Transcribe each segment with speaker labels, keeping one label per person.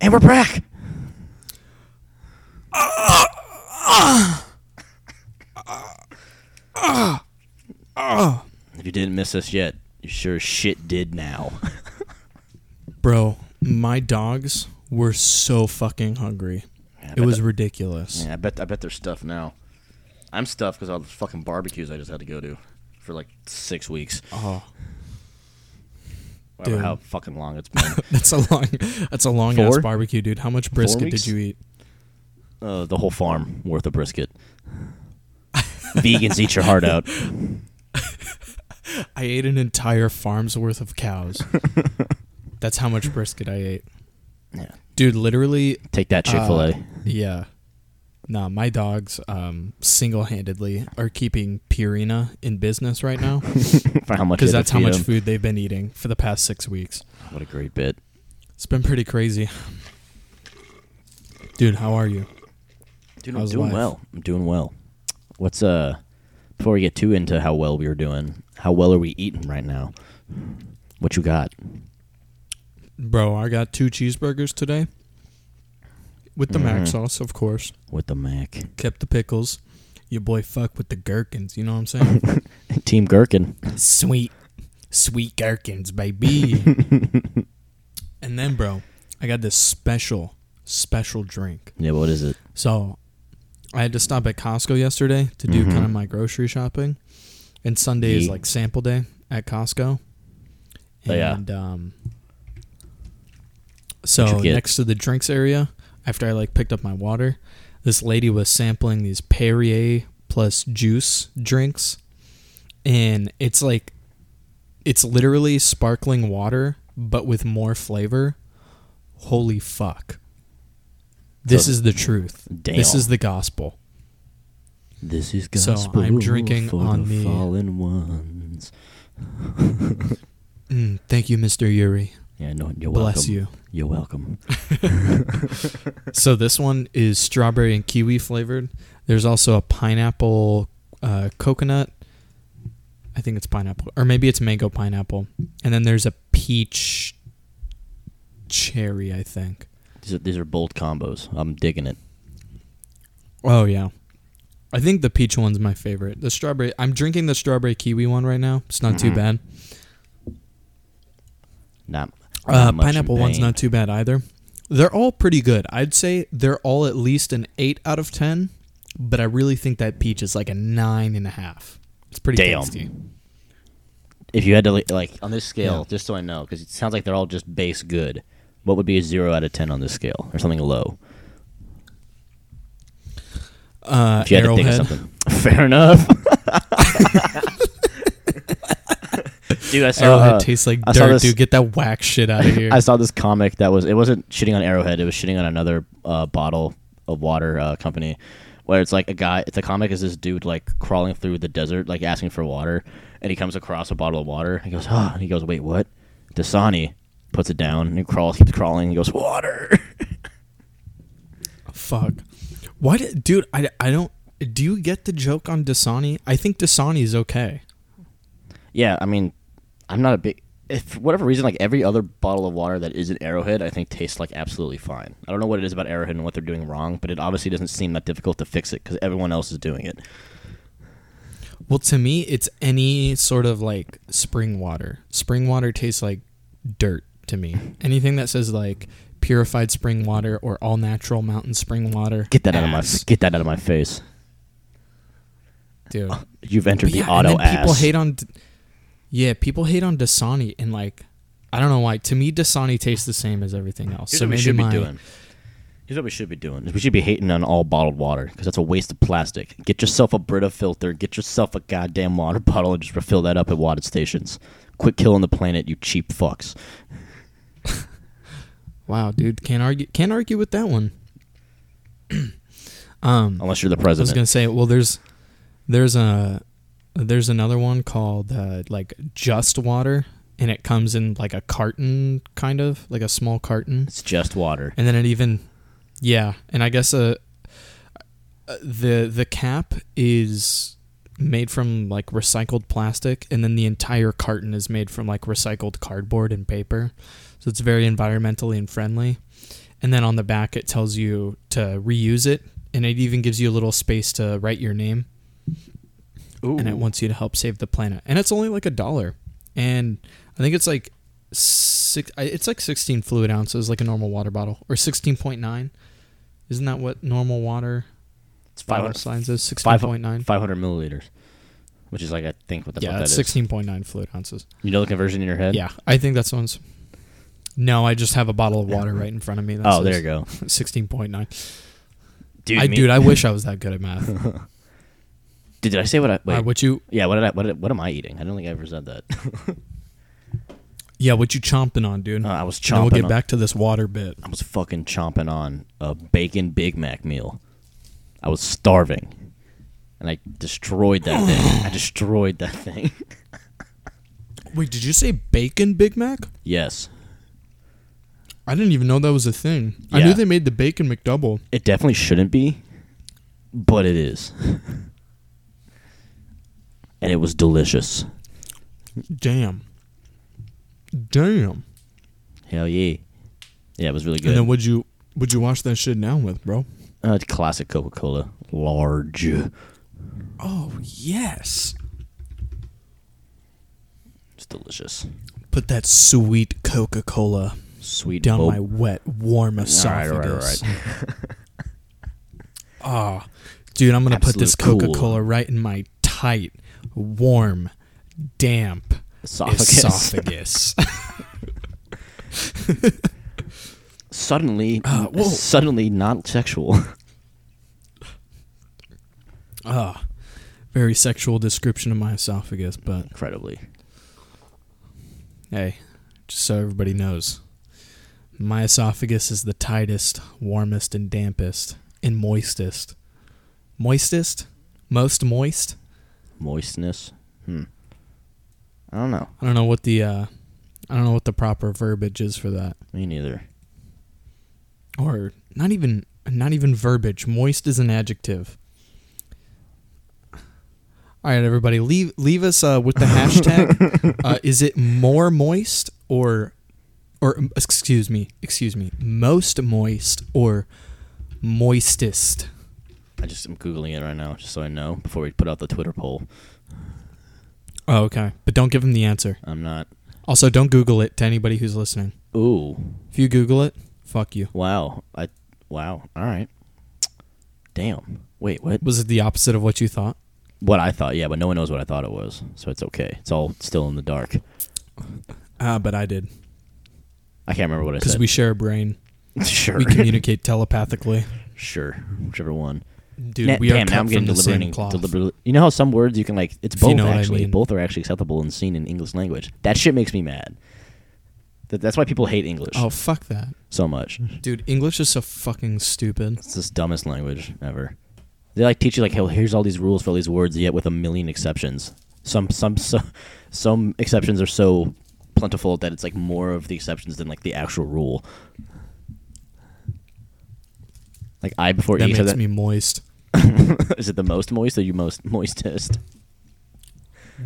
Speaker 1: And we're back. If you didn't miss us yet, you sure as shit did now.
Speaker 2: Bro, my dogs were so fucking hungry.
Speaker 1: I
Speaker 2: it
Speaker 1: bet
Speaker 2: was
Speaker 1: the-
Speaker 2: ridiculous.
Speaker 1: Yeah, I bet I bet they're stuffed now. I'm stuffed because all the fucking barbecues I just had to go to for like six weeks.
Speaker 2: Oh,
Speaker 1: I don't know
Speaker 2: Dude.
Speaker 1: how fucking long it's been.
Speaker 2: that's a long that's a long ass
Speaker 1: Four?
Speaker 2: barbecue, dude. How much brisket
Speaker 1: weeks?
Speaker 2: did you eat?
Speaker 1: uh, the whole farm worth of brisket. Vegans eat your heart out.
Speaker 2: I ate an entire farm's worth of cows. that's how much brisket I ate.
Speaker 1: Yeah.
Speaker 2: Dude, literally
Speaker 1: Take that Chick Fil A.
Speaker 2: Uh, yeah. Nah, my dogs um, single-handedly are keeping Purina in business right now
Speaker 1: for how much?
Speaker 2: because
Speaker 1: you had
Speaker 2: that's
Speaker 1: to
Speaker 2: how
Speaker 1: feed
Speaker 2: much
Speaker 1: 'em.
Speaker 2: food they've been eating for the past six weeks.
Speaker 1: What a great bit.
Speaker 2: It's been pretty crazy. Dude, how are you?
Speaker 1: Dude, I'm
Speaker 2: How's
Speaker 1: doing
Speaker 2: life?
Speaker 1: well. I'm doing well. What's uh? Before we get too into how well we are doing, how well are we eating right now? What you got?
Speaker 2: Bro, I got two cheeseburgers today with the mac
Speaker 1: Mhm.
Speaker 2: sauce, of course.
Speaker 1: with the Mac.
Speaker 2: Kept the pickles. Your boy fuck with the gherkins, you know what I'm saying?
Speaker 1: Team Gherkin.
Speaker 2: sweet, sweet gherkins, baby. and then, bro, I got this special, special drink.
Speaker 1: Yeah, what is it?
Speaker 2: So I had to stop at Costco yesterday to do
Speaker 1: Mhm.
Speaker 2: kind of my grocery shopping. And Sunday is
Speaker 1: Yeet.
Speaker 2: like sample day at Costco.
Speaker 1: Oh, yeah.
Speaker 2: And um
Speaker 1: What'd
Speaker 2: so
Speaker 1: you get?
Speaker 2: next to the drinks area, after I like picked up my water, this lady was sampling these Perrier plus juice drinks. And it's like it's literally sparkling water but with more flavor. Holy fuck. This
Speaker 1: So-
Speaker 2: is the truth.
Speaker 1: Damn.
Speaker 2: This is the gospel.
Speaker 1: This is
Speaker 2: So,
Speaker 1: gospel
Speaker 2: I'm drinking
Speaker 1: for
Speaker 2: on
Speaker 1: the
Speaker 2: the-
Speaker 1: fallen ones.
Speaker 2: Mm, thank you, Mr. Yuri.
Speaker 1: Yeah, no, you're welcome.
Speaker 2: Bless you.
Speaker 1: You're welcome.
Speaker 2: So this one is strawberry and kiwi flavored. There's also a pineapple uh, coconut. I think it's pineapple, or maybe it's mango pineapple. And then there's a peach cherry, I think.
Speaker 1: These are, these are bold combos. I'm digging it.
Speaker 2: Oh yeah, I think the peach one's my favorite. The strawberry. I'm drinking the strawberry kiwi one right now. It's not too
Speaker 1: Mhm.
Speaker 2: bad.
Speaker 1: Not,
Speaker 2: Uh,
Speaker 1: not much in
Speaker 2: pineapple one's
Speaker 1: pain.
Speaker 2: not too bad either. They're all pretty good. I'd say they're all at least an eight out of ten, but I really think that peach is like a nine and a half. It's pretty
Speaker 1: Damn.
Speaker 2: tasty.
Speaker 1: If you had to li- like on this scale,
Speaker 2: Yeah.
Speaker 1: just so I know, because it sounds like they're all just base good. What would be a zero out of ten on this scale, or something low?
Speaker 2: Uh,
Speaker 1: If you had
Speaker 2: Arrowhead.
Speaker 1: to think of something. Fair enough. Dude, I saw.
Speaker 2: Arrowhead
Speaker 1: uh,
Speaker 2: tastes like
Speaker 1: I saw
Speaker 2: dirt,
Speaker 1: this-
Speaker 2: dude. Get that whack shit out of here.
Speaker 1: I saw this comic that was it wasn't shitting on Arrowhead, it was shitting on another uh, bottle of water uh, company where it's like a guy the comic is this dude like crawling through the desert like asking for water and he comes across a bottle of water he goes oh and he goes wait what Dasani puts it down and he crawls keeps crawling he goes water
Speaker 2: Fuck. Why, did, dude? I, I don't. Do you get the joke on Dasani? I think Dasani is okay.
Speaker 1: yeah I mean I'm not a big if for whatever reason like every other bottle of water that isn't Arrowhead I think tastes like absolutely fine I don't know what it is about Arrowhead and what they're doing wrong but it obviously doesn't seem that difficult to fix it because everyone else is doing it
Speaker 2: Well, to me, it's any sort of like spring water. Spring water tastes like dirt to me. Anything that says like purified spring water or all natural mountain spring water.
Speaker 1: Get that out of my
Speaker 2: ass,
Speaker 1: get that out of my face.
Speaker 2: dude.
Speaker 1: You've entered
Speaker 2: But yeah,
Speaker 1: the uh, auto
Speaker 2: and then people
Speaker 1: ass.
Speaker 2: hate on. Yeah, people hate on Dasani and like, I don't know why. To me, Dasani tastes the same as everything else.
Speaker 1: Here's
Speaker 2: so
Speaker 1: what we
Speaker 2: maybe
Speaker 1: should
Speaker 2: my-
Speaker 1: be doing. Here's what we should be doing. is We should be hating on all bottled water because that's a waste of plastic. Get yourself a Brita filter. Get yourself a goddamn water bottle and just refill that up at water stations. Quit killing the planet, you cheap fucks.
Speaker 2: Wow, dude, can't argue. Can't argue with that one. um,
Speaker 1: Unless you're the
Speaker 2: I was
Speaker 1: president.
Speaker 2: gonna say, well, there's there's a there's another one called uh, like Just Water, and it comes in like a carton, kind of like a small carton,
Speaker 1: It's just water.
Speaker 2: and then it even yeah, and I guess uh uh, the the cap is made from like recycled plastic, and then the entire carton is made from like recycled cardboard and paper, so it's very environmentally and friendly. and then on the back it tells you to reuse it, and it even gives you a little space to write your name,
Speaker 1: Ooh.
Speaker 2: and it wants you to help save the planet, and it's only like a dollar, and I think it's like six, I- it's like sixteen fluid ounces, like a normal water bottle, or sixteen point nine. Isn't that what normal water
Speaker 1: it's
Speaker 2: bottle
Speaker 1: 500,
Speaker 2: signs is? Sixteen point nine.
Speaker 1: 500 milliliters, which is like I think what the fuck
Speaker 2: Yeah,
Speaker 1: that
Speaker 2: it's
Speaker 1: is.
Speaker 2: sixteen point nine fluid ounces.
Speaker 1: You know the conversion in your head.
Speaker 2: Yeah, I think that's one's. No, I just have a bottle of water right in front of me. That
Speaker 1: Oh, there you go,
Speaker 2: go. Sixteen point nine.
Speaker 1: dude.
Speaker 2: I
Speaker 1: me-
Speaker 2: dude, I wish I was that good at math. All
Speaker 1: did, did I say what I? Wait,
Speaker 2: right, what you?
Speaker 1: yeah. What did I? What, did- what am I eating? I don't think I ever said that. Uh,
Speaker 2: Yeah, what you chomping on, dude?
Speaker 1: Uh, I was
Speaker 2: And we'll
Speaker 1: chomping.
Speaker 2: get
Speaker 1: on,
Speaker 2: back to this water bit.
Speaker 1: I was fucking chomping on a bacon Big Mac meal. I was starving, and I destroyed that thing. I destroyed that thing.
Speaker 2: Wait, did you say bacon Big Mac?
Speaker 1: yes,
Speaker 2: I didn't even know that was a thing. I
Speaker 1: Yeah.
Speaker 2: knew they made the bacon McDouble.
Speaker 1: it definitely shouldn't be, but it is, and it was delicious.
Speaker 2: Damn. Damn.
Speaker 1: Hell yeah, yeah, it was really
Speaker 2: And
Speaker 1: good.
Speaker 2: then would you would you wash that shit down with, bro?
Speaker 1: Uh, it's classic Coca Cola, large.
Speaker 2: Oh yes.
Speaker 1: It's delicious.
Speaker 2: Put that sweet Coca Cola
Speaker 1: Sweet
Speaker 2: down
Speaker 1: bo-
Speaker 2: my wet, warm
Speaker 1: All right,
Speaker 2: esophagus.
Speaker 1: all right, all right.
Speaker 2: Ah, dude, I'm gonna put this
Speaker 1: Absolute
Speaker 2: Coca
Speaker 1: cool.
Speaker 2: Cola right in my tight, warm, damp
Speaker 1: Esophagus.
Speaker 2: esophagus.
Speaker 1: Suddenly,
Speaker 2: Ah, whoa.
Speaker 1: suddenly not sexual.
Speaker 2: Ah, very sexual description of my esophagus, but
Speaker 1: Incredibly.
Speaker 2: hey, just so everybody knows, my esophagus is the tightest, warmest, and dampest, and moistest, moistest, most moist.
Speaker 1: moistness. Hmm. I don't know.
Speaker 2: I don't know what the uh, I don't know what the proper verbiage is for that.
Speaker 1: Me neither.
Speaker 2: or not even not even verbiage. Moist is an adjective. All right, everybody, leave leave us uh, with the hashtag. uh, is it more moist or or um, excuse me, excuse me, most moist or moistest?
Speaker 1: I just am googling it right now, just so I know before we put out the Twitter poll.
Speaker 2: Oh, okay, but don't give them the answer.
Speaker 1: I'm not.
Speaker 2: Also, don't Google it to anybody who's listening.
Speaker 1: Ooh,
Speaker 2: If you Google it, fuck you.
Speaker 1: wow. I wow. All right. Damn. Wait, what?
Speaker 2: Was it the opposite of what you thought?
Speaker 1: What I thought? Yeah, but no one knows what I thought it was, so it's okay. It's all still in the dark.
Speaker 2: Ah, but I did
Speaker 1: I can't remember what I
Speaker 2: because
Speaker 1: said.
Speaker 2: we share a brain.
Speaker 1: sure,
Speaker 2: We communicate telepathically.
Speaker 1: sure, whichever one.
Speaker 2: Dude,
Speaker 1: Na-
Speaker 2: we
Speaker 1: damn,
Speaker 2: are cut
Speaker 1: now I'm getting
Speaker 2: from the same
Speaker 1: deliberating.
Speaker 2: cloth.
Speaker 1: deliberately. You know how some words you can like? It's
Speaker 2: If you
Speaker 1: both
Speaker 2: know what I
Speaker 1: actually.
Speaker 2: mean.
Speaker 1: Both are actually acceptable and seen in English language. That shit makes me mad. That, that's why people hate English
Speaker 2: oh fuck that,
Speaker 1: so much.
Speaker 2: dude! English is so fucking stupid.
Speaker 1: It's this dumbest language ever. They like teach you like, hey, well, here's all these rules for all these words, yet with a million exceptions. Some some so, some exceptions are so plentiful that it's like more of the exceptions than like the actual rule. Like I before
Speaker 2: That
Speaker 1: e
Speaker 2: makes
Speaker 1: said that
Speaker 2: me moist,
Speaker 1: is it the most moist or you most moistest?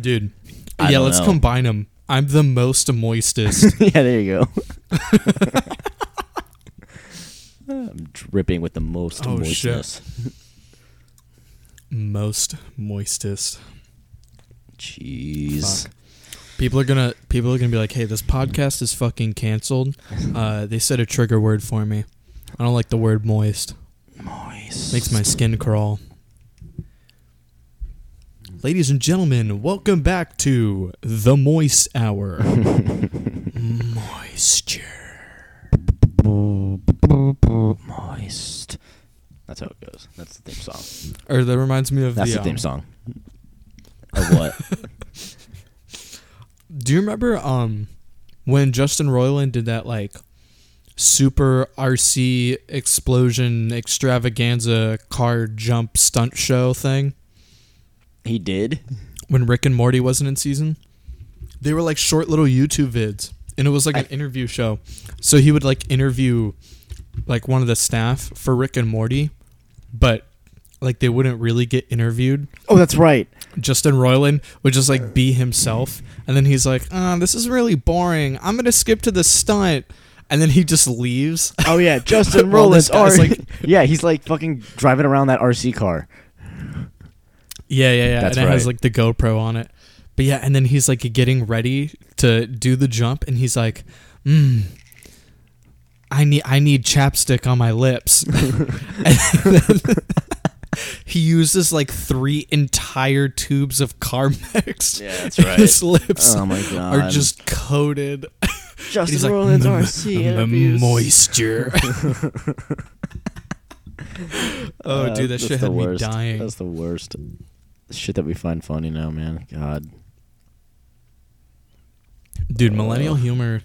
Speaker 2: dude.
Speaker 1: I
Speaker 2: yeah,
Speaker 1: don't
Speaker 2: let's
Speaker 1: know.
Speaker 2: combine them. I'm the most moistest.
Speaker 1: yeah, there you go. I'm dripping with the most
Speaker 2: Oh, shit.
Speaker 1: moistness.
Speaker 2: most moistest.
Speaker 1: Jeez.
Speaker 2: Fuck. People are gonna people are gonna be like, "Hey, this podcast is fucking canceled." Uh, they said a trigger word for me. I don't like the word moist.
Speaker 1: Moist.
Speaker 2: Makes my skin crawl. Ladies and gentlemen, welcome back to the Moist Hour. Moisture.
Speaker 1: Moist. That's how it goes. That's the theme song.
Speaker 2: Or that reminds me of
Speaker 1: That's
Speaker 2: the,
Speaker 1: the theme
Speaker 2: um,
Speaker 1: song. Of what?
Speaker 2: Do you remember um when Justin Roiland did that like super RC explosion extravaganza car jump stunt show thing
Speaker 1: he did?
Speaker 2: when Rick and Morty wasn't in season? They were like short little YouTube vids and it was like an interview show. So he would like interview like one of the staff for Rick and Morty, but like they wouldn't really get interviewed.
Speaker 1: Oh, that's right.
Speaker 2: Justin Roiland would just like "Uh, be himself, and then he's like, "Ah, this is really boring. I'm gonna skip to the stunt." and then he just leaves.
Speaker 1: Oh yeah, Justin
Speaker 2: Well,
Speaker 1: Rollins.
Speaker 2: this guy's
Speaker 1: R-
Speaker 2: like-
Speaker 1: yeah, he's like fucking driving around that RC car.
Speaker 2: Yeah, yeah, yeah.
Speaker 1: That's
Speaker 2: and it has
Speaker 1: right.
Speaker 2: like the GoPro on it. But yeah, and then he's like getting ready to do the jump, and he's like, mm, I need I need chapstick on my lips. and then he uses like three entire tubes of Carmex.
Speaker 1: Yeah, that's
Speaker 2: and His lips
Speaker 1: Oh my god.
Speaker 2: are just coated.
Speaker 1: Justin
Speaker 2: He's like,
Speaker 1: Rollins
Speaker 2: "Mm,
Speaker 1: RC
Speaker 2: mm,
Speaker 1: interviews."
Speaker 2: moisture. oh,
Speaker 1: Uh,
Speaker 2: dude, that
Speaker 1: that's
Speaker 2: shit
Speaker 1: the
Speaker 2: had
Speaker 1: worst.
Speaker 2: me dying.
Speaker 1: That's the worst shit that we find funny now, man. God. Oh.
Speaker 2: Dude, millennial
Speaker 1: Ugh.
Speaker 2: humor.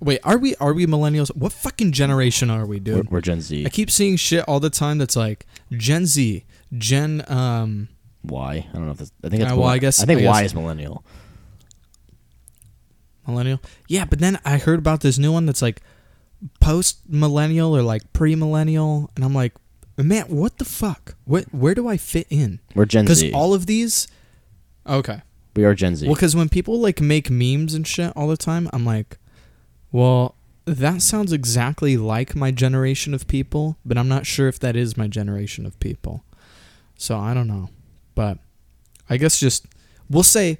Speaker 2: Wait, are we are we millennials? What fucking generation are we,
Speaker 1: We're,
Speaker 2: dude?
Speaker 1: we're Gen Z.
Speaker 2: I keep seeing shit all the time that's like Gen Z, Gen um
Speaker 1: Why? I don't know if that's. I think it's.
Speaker 2: Uh, well,
Speaker 1: Y.
Speaker 2: I guess-
Speaker 1: I think
Speaker 2: I
Speaker 1: Y
Speaker 2: guess-
Speaker 1: is millennial.
Speaker 2: millennial. Yeah, but then I heard about this new one that's like post millennial or like pre millennial, and I'm like, man, what the fuck? What where do I fit in?
Speaker 1: We're Gen
Speaker 2: Because
Speaker 1: Z.
Speaker 2: all of these. Okay.
Speaker 1: we are Gen Z.
Speaker 2: Well, because when people like make memes and shit all the time, I'm like, well, that sounds exactly like my generation of people, but I'm not sure if that is my generation of people. So I don't know, but I guess just we'll say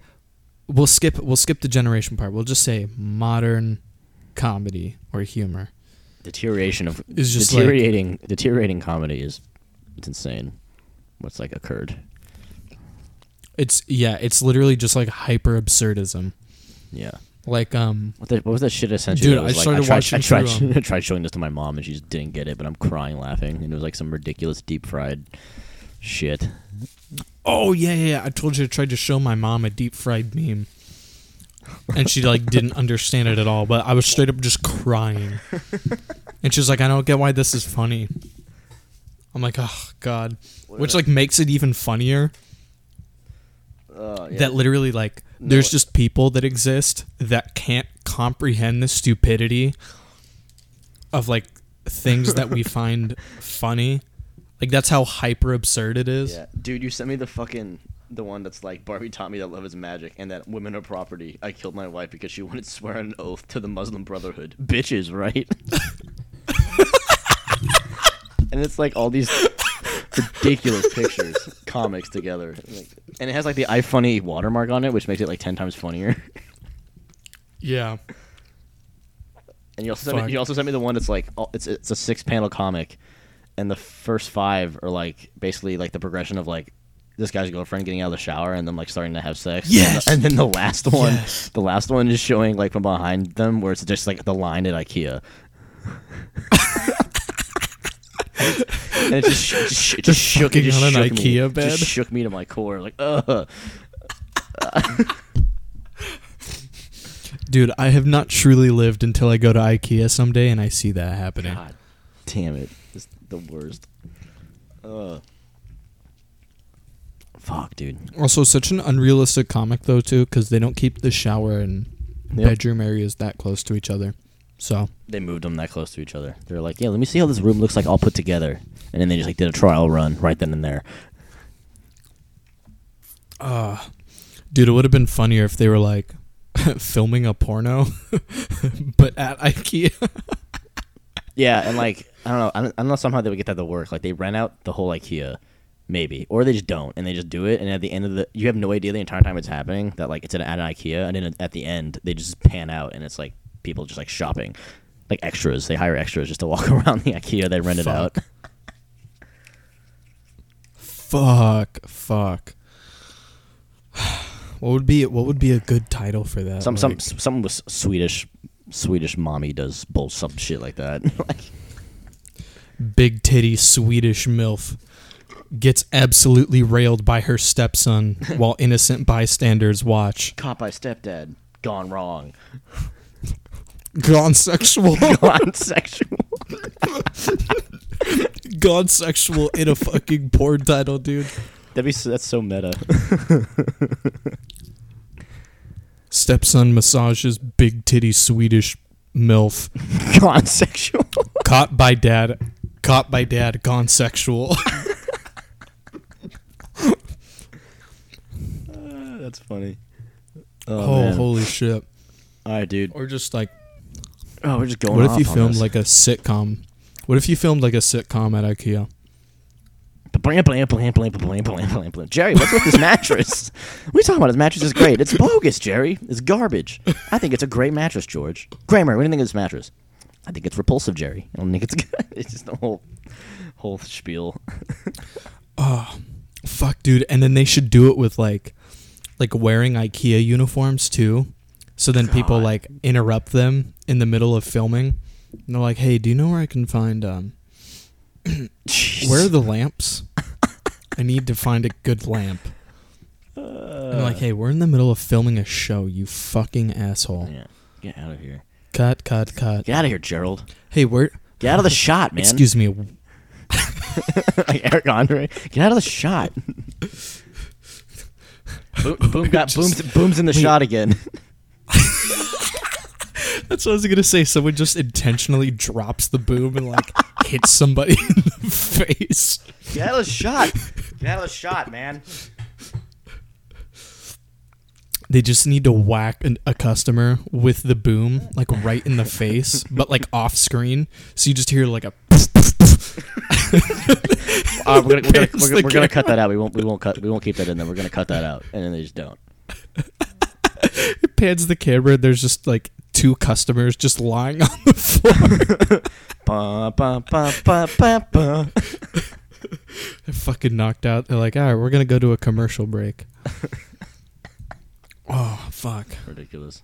Speaker 2: we'll skip we'll skip the generation part. We'll just say modern comedy or humor
Speaker 1: deterioration of
Speaker 2: is just like
Speaker 1: deteriorating deteriorating comedy is it's insane. What's like occurred?
Speaker 2: it's yeah, it's literally just like hyper absurdism.
Speaker 1: Yeah.
Speaker 2: Like um
Speaker 1: What, the, what was that shit essentially?
Speaker 2: Dude,
Speaker 1: that was
Speaker 2: I started
Speaker 1: like,
Speaker 2: watching
Speaker 1: I tried, I
Speaker 2: through,
Speaker 1: tried, I tried showing this to my mom and she just didn't get it, but I'm crying laughing. And it was like some ridiculous deep fried shit.
Speaker 2: Oh yeah, yeah, yeah. I told you I tried to show my mom a deep fried meme, and she like didn't understand it at all. But I was straight up just crying, and she was like, "I don't get why this is funny." I'm like, "Oh God," which like makes it even funnier.
Speaker 1: Uh,
Speaker 2: That literally like there's just people that exist that can't comprehend the stupidity of like things that we find funny. Like that's how hyper absurd it is.
Speaker 1: Yeah, dude, you sent me the fucking the one that's like Barbie taught me that love is magic and that women are property. I killed my wife because she wanted to swear an oath to the Muslim Brotherhood. Bitches, right? and it's like all these ridiculous pictures, comics together, like, and it has like the iFunny watermark on it, which makes it like ten times funnier.
Speaker 2: yeah.
Speaker 1: And you also sent
Speaker 2: Fuck.
Speaker 1: me, you also sent me the one that's like all- it's it's a six panel comic, and the first five are like basically like the progression of like this guy's girlfriend getting out of the shower and then like starting to have sex.
Speaker 2: Yes!
Speaker 1: And, then the last one,
Speaker 2: Yes.
Speaker 1: the last one is showing like from behind them where it's just like the line at IKEA. and it just, sh- just, sh- just shook it
Speaker 2: fucking
Speaker 1: just
Speaker 2: on an
Speaker 1: shook me.
Speaker 2: IKEA
Speaker 1: Just
Speaker 2: bed.
Speaker 1: shook me to my core like ugh.
Speaker 2: Dude, I have not truly lived until I go to IKEA someday and I see that happening.
Speaker 1: God damn it. It's the worst. Ugh. Fuck, dude.
Speaker 2: Also, such an unrealistic comic though too, because they don't keep the shower and
Speaker 1: Yep.
Speaker 2: bedroom areas that close to each other. So
Speaker 1: They moved them that close to each other. They're like, yeah, let me see how this room looks like all put together. And then they just like did a trial run right then and there.
Speaker 2: Uh, dude, it would have been funnier if they were like filming a porno, but at IKEA.
Speaker 1: Yeah, and like I don't know, I don't, I don't know somehow they would get that to work. Like they rent out the whole IKEA, maybe, or they just don't, and they just do it. And at the end of the, you have no idea the entire time it's happening that like it's at an, at an IKEA, and then at the end they just pan out, and it's like people just like shopping, like extras. They hire extras just to walk around the IKEA they rented out.
Speaker 2: Fuck. fuck, fuck. What would be what would be a good title for that?
Speaker 1: Some some
Speaker 2: Like,
Speaker 1: some was Swedish Swedish mommy does bull some shit like that. like
Speaker 2: big titty Swedish MILF gets absolutely railed by her stepson while innocent bystanders watch.
Speaker 1: caught by stepdad, gone wrong,
Speaker 2: Gone sexual.
Speaker 1: gone sexual.
Speaker 2: Gone sexual in a fucking porn title, dude.
Speaker 1: That'd be so, that's so meta.
Speaker 2: Stepson massages big titty Swedish MILF.
Speaker 1: gone sexual.
Speaker 2: Caught by dad. Caught by dad. Gone sexual.
Speaker 1: that's funny.
Speaker 2: Oh, holy shit.
Speaker 1: Oh, All right, dude.
Speaker 2: Or just like
Speaker 1: Oh, we're just going.
Speaker 2: What if
Speaker 1: off
Speaker 2: you
Speaker 1: on
Speaker 2: filmed
Speaker 1: this.
Speaker 2: like a sitcom? What if you filmed like a sitcom at IKEA?
Speaker 1: Blam, blam, blam, blam, blam, blam, blam, blam. Jerry, what's with this mattress? what are you talking about? This mattress is great. It's bogus, Jerry. It's garbage. I think it's a great mattress, George. Kramer, what do you think of this mattress? I think it's repulsive, Jerry. I don't think it's good. It's just a whole, whole spiel.
Speaker 2: Fuck, dude. And then they should do it with like, like wearing IKEA uniforms too. So then people
Speaker 1: God.
Speaker 2: like interrupt them in the middle of filming, and they're like, "Hey, do you know where I can find um
Speaker 1: Jeez.
Speaker 2: where are the lamps? I need to find a good lamp." And
Speaker 1: Uh.
Speaker 2: they're like, "Hey, we're in the middle of filming a show. You fucking asshole!
Speaker 1: Yeah. Get out of here.
Speaker 2: Cut, cut, cut.
Speaker 1: Get out of here, Gerald.
Speaker 2: Hey, where?
Speaker 1: Get out of the shot, man.
Speaker 2: Excuse me.
Speaker 1: like Eric Andre. Get out of the shot. boom, boom got booms, booms in the shot again.
Speaker 2: That's what I was gonna say. Someone just intentionally drops the boom and like hits somebody in the face.
Speaker 1: Get out of the shot. Get out of the shot, man.
Speaker 2: They just need to whack an, a customer with the boom, like right in the face, but like off screen. So you just hear like a.
Speaker 1: Uh, we're gonna, we're gonna,
Speaker 2: Pans
Speaker 1: we're,
Speaker 2: the
Speaker 1: gonna- we're gonna cut that out. We won't. We won't cut. We won't keep that in. Then we're gonna cut that out, and then they just don't.
Speaker 2: It pans the camera. There's just like two customers just lying on the floor.
Speaker 1: Ba, ba, ba, ba, ba, ba.
Speaker 2: They're fucking knocked out. They're like, all right, we're gonna go to a commercial break. oh fuck.
Speaker 1: Ridiculous.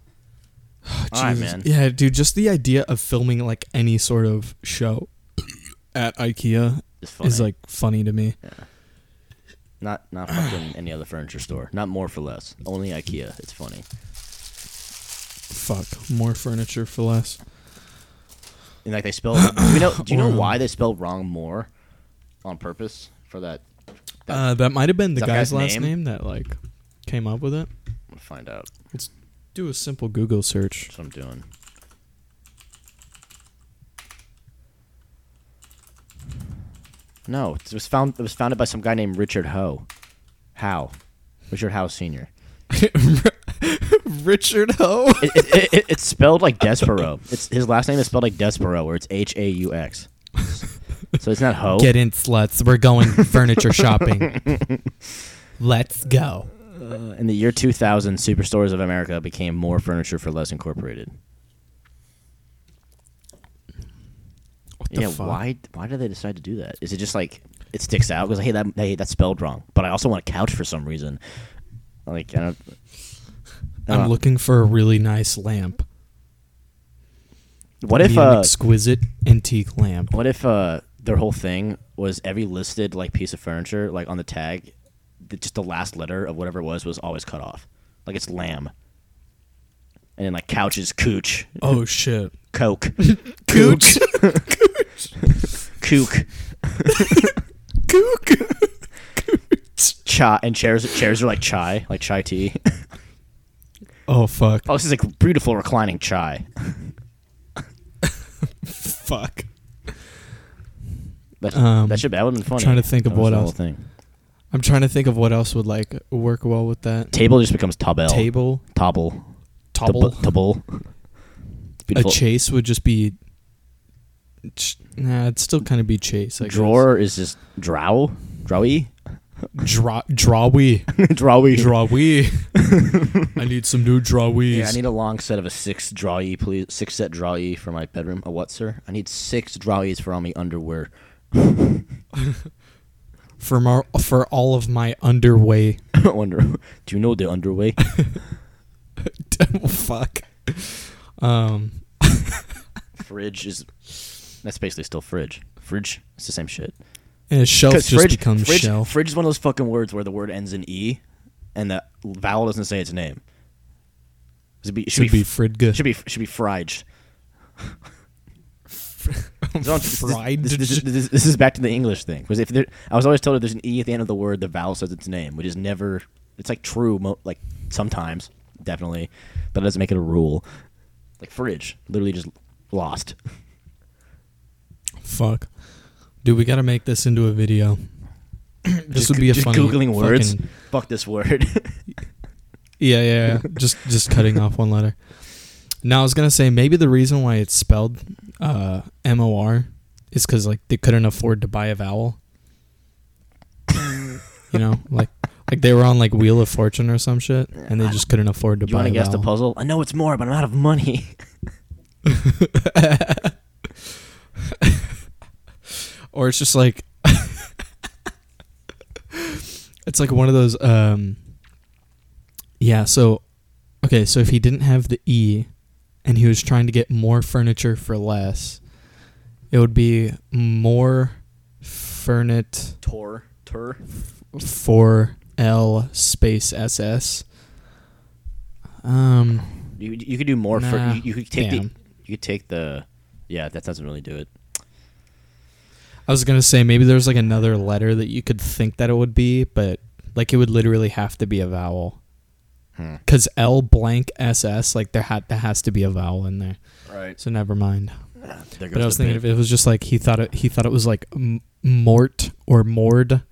Speaker 2: Jesus.
Speaker 1: All right, man.
Speaker 2: Yeah, dude, just the idea of filming like any sort of show at IKEA
Speaker 1: It's funny.
Speaker 2: is like funny to me.
Speaker 1: not not fucking any other furniture store. Not more for less. Only IKEA. It's funny.
Speaker 2: Fuck, more furniture for less.
Speaker 1: And like they spell. Do you know? Do you know
Speaker 2: Or-
Speaker 1: why they spell wrong more, on purpose for that? That-
Speaker 2: uh, that might have been the
Speaker 1: that guy's
Speaker 2: guy's last
Speaker 1: name?
Speaker 2: name? that like came up with it.
Speaker 1: I'm gonna find out.
Speaker 2: Let's do a simple Google search.
Speaker 1: That's what I'm doing. No, it was found. It was founded by some guy named Richard Ho. Howe, Richard Howe Senior.
Speaker 2: Richard Ho.
Speaker 1: It, it, it, it's spelled like Despero. It's his last name is spelled like Despero, where it's H A U X. So it's not Ho.
Speaker 2: Get in, sluts. We're going furniture shopping. Let's go.
Speaker 1: In the year 2000, Superstores of America became More Furniture for Less Incorporated.
Speaker 2: What the
Speaker 1: yeah,
Speaker 2: fuck?
Speaker 1: why? Why did they decide to do that? Is it just like it sticks out because hey, that hey, that's spelled wrong, but I also want a couch for some reason. Like I don't.
Speaker 2: I'm
Speaker 1: Uh,
Speaker 2: looking for a really nice lamp.
Speaker 1: What
Speaker 2: I
Speaker 1: if
Speaker 2: need an
Speaker 1: uh?
Speaker 2: exquisite antique lamp?
Speaker 1: What if uh? Their whole thing was every listed like piece of furniture like on the tag, the, just the last letter of whatever it was was always cut off, like it's lamb. And then like couches, cooch,
Speaker 2: Oh shit.
Speaker 1: coke,
Speaker 2: Cooch.
Speaker 1: kook,
Speaker 2: Kook.
Speaker 1: cha, and chairs. Chairs are like chai, like chai tea.
Speaker 2: Oh fuck.
Speaker 1: Oh, this is like beautiful reclining chai.
Speaker 2: Fuck.
Speaker 1: That,
Speaker 2: Um,
Speaker 1: that should that would have been funny.
Speaker 2: trying to think of
Speaker 1: That was
Speaker 2: what
Speaker 1: the
Speaker 2: else.
Speaker 1: whole Thing.
Speaker 2: I'm trying to think of what else would like work well with that.
Speaker 1: Table just becomes tabel.
Speaker 2: Table.
Speaker 1: Tobble.
Speaker 2: Topple.
Speaker 1: Tab- Table.
Speaker 2: a
Speaker 1: Beautiful.
Speaker 2: chase would just be. ch- Nah, it'd still kind of be chase. I guess.
Speaker 1: Drawer is just drow. Drowy.
Speaker 2: Draw. Drawy.
Speaker 1: drowy.
Speaker 2: Drawy. I need some new drawies.
Speaker 1: Yeah, I need a long set of a six drawy, please. Six set drawy for my bedroom. A what, sir? I need six drawies for all my underwear.
Speaker 2: for mar- for all of my underway.
Speaker 1: Under. Do you know the underway?
Speaker 2: Oh, Fuck. Um.
Speaker 1: fridge is. That's basically still fridge. Fridge. It's the same shit.
Speaker 2: And a shelf just
Speaker 1: fridge,
Speaker 2: becomes
Speaker 1: fridge,
Speaker 2: shelf.
Speaker 1: Fridge is one of those fucking words where the word ends in e, and the vowel doesn't say its name. Should be should,
Speaker 2: Should
Speaker 1: be,
Speaker 2: be Fridga.
Speaker 1: should be should be fried.
Speaker 2: fried.
Speaker 1: This, this- this- this is back to the English thing because if there, I was always told if there's an e at the end of the word, the vowel says its name, which is never. It's like true, mo- like sometimes, definitely, but it doesn't make it a rule. Like fridge, literally just lost.
Speaker 2: Fuck. Dude, we gotta make this into a video. this
Speaker 1: Just
Speaker 2: would
Speaker 1: go-
Speaker 2: be a
Speaker 1: just
Speaker 2: funny
Speaker 1: googling words.
Speaker 2: fucking-
Speaker 1: Fuck this word.
Speaker 2: yeah, yeah, yeah. just just cutting off one letter. Now I was gonna say maybe the reason why it's spelled uh, M O R is because like they couldn't afford to buy a vowel. you know, like like they were on like Wheel of Fortune or some shit, and they just couldn't afford to
Speaker 1: you
Speaker 2: buy.
Speaker 1: want
Speaker 2: a
Speaker 1: to guess the
Speaker 2: vowel.
Speaker 1: puzzle? I know it's more, but I'm out of money.
Speaker 2: or it's just like it's like one of those um yeah so okay so if he didn't have the e and he was trying to get more furniture for less it would be more furnit
Speaker 1: Tor. Tur.
Speaker 2: for l space ss um
Speaker 1: You, you could do more for
Speaker 2: Nah,
Speaker 1: you, you could take the
Speaker 2: damn.
Speaker 1: you could take the yeah that doesn't really do it.
Speaker 2: I was gonna say maybe there's like another letter that you could think that it would be, but like it would literally have to be a vowel.
Speaker 1: Hmm.
Speaker 2: Cause L blank SS, like there had there has to be a vowel in there.
Speaker 1: Right.
Speaker 2: So never mind.
Speaker 1: There goes
Speaker 2: But I was
Speaker 1: the
Speaker 2: thinking
Speaker 1: bit.
Speaker 2: if it was just like he thought it, he thought it was like m- mort or mord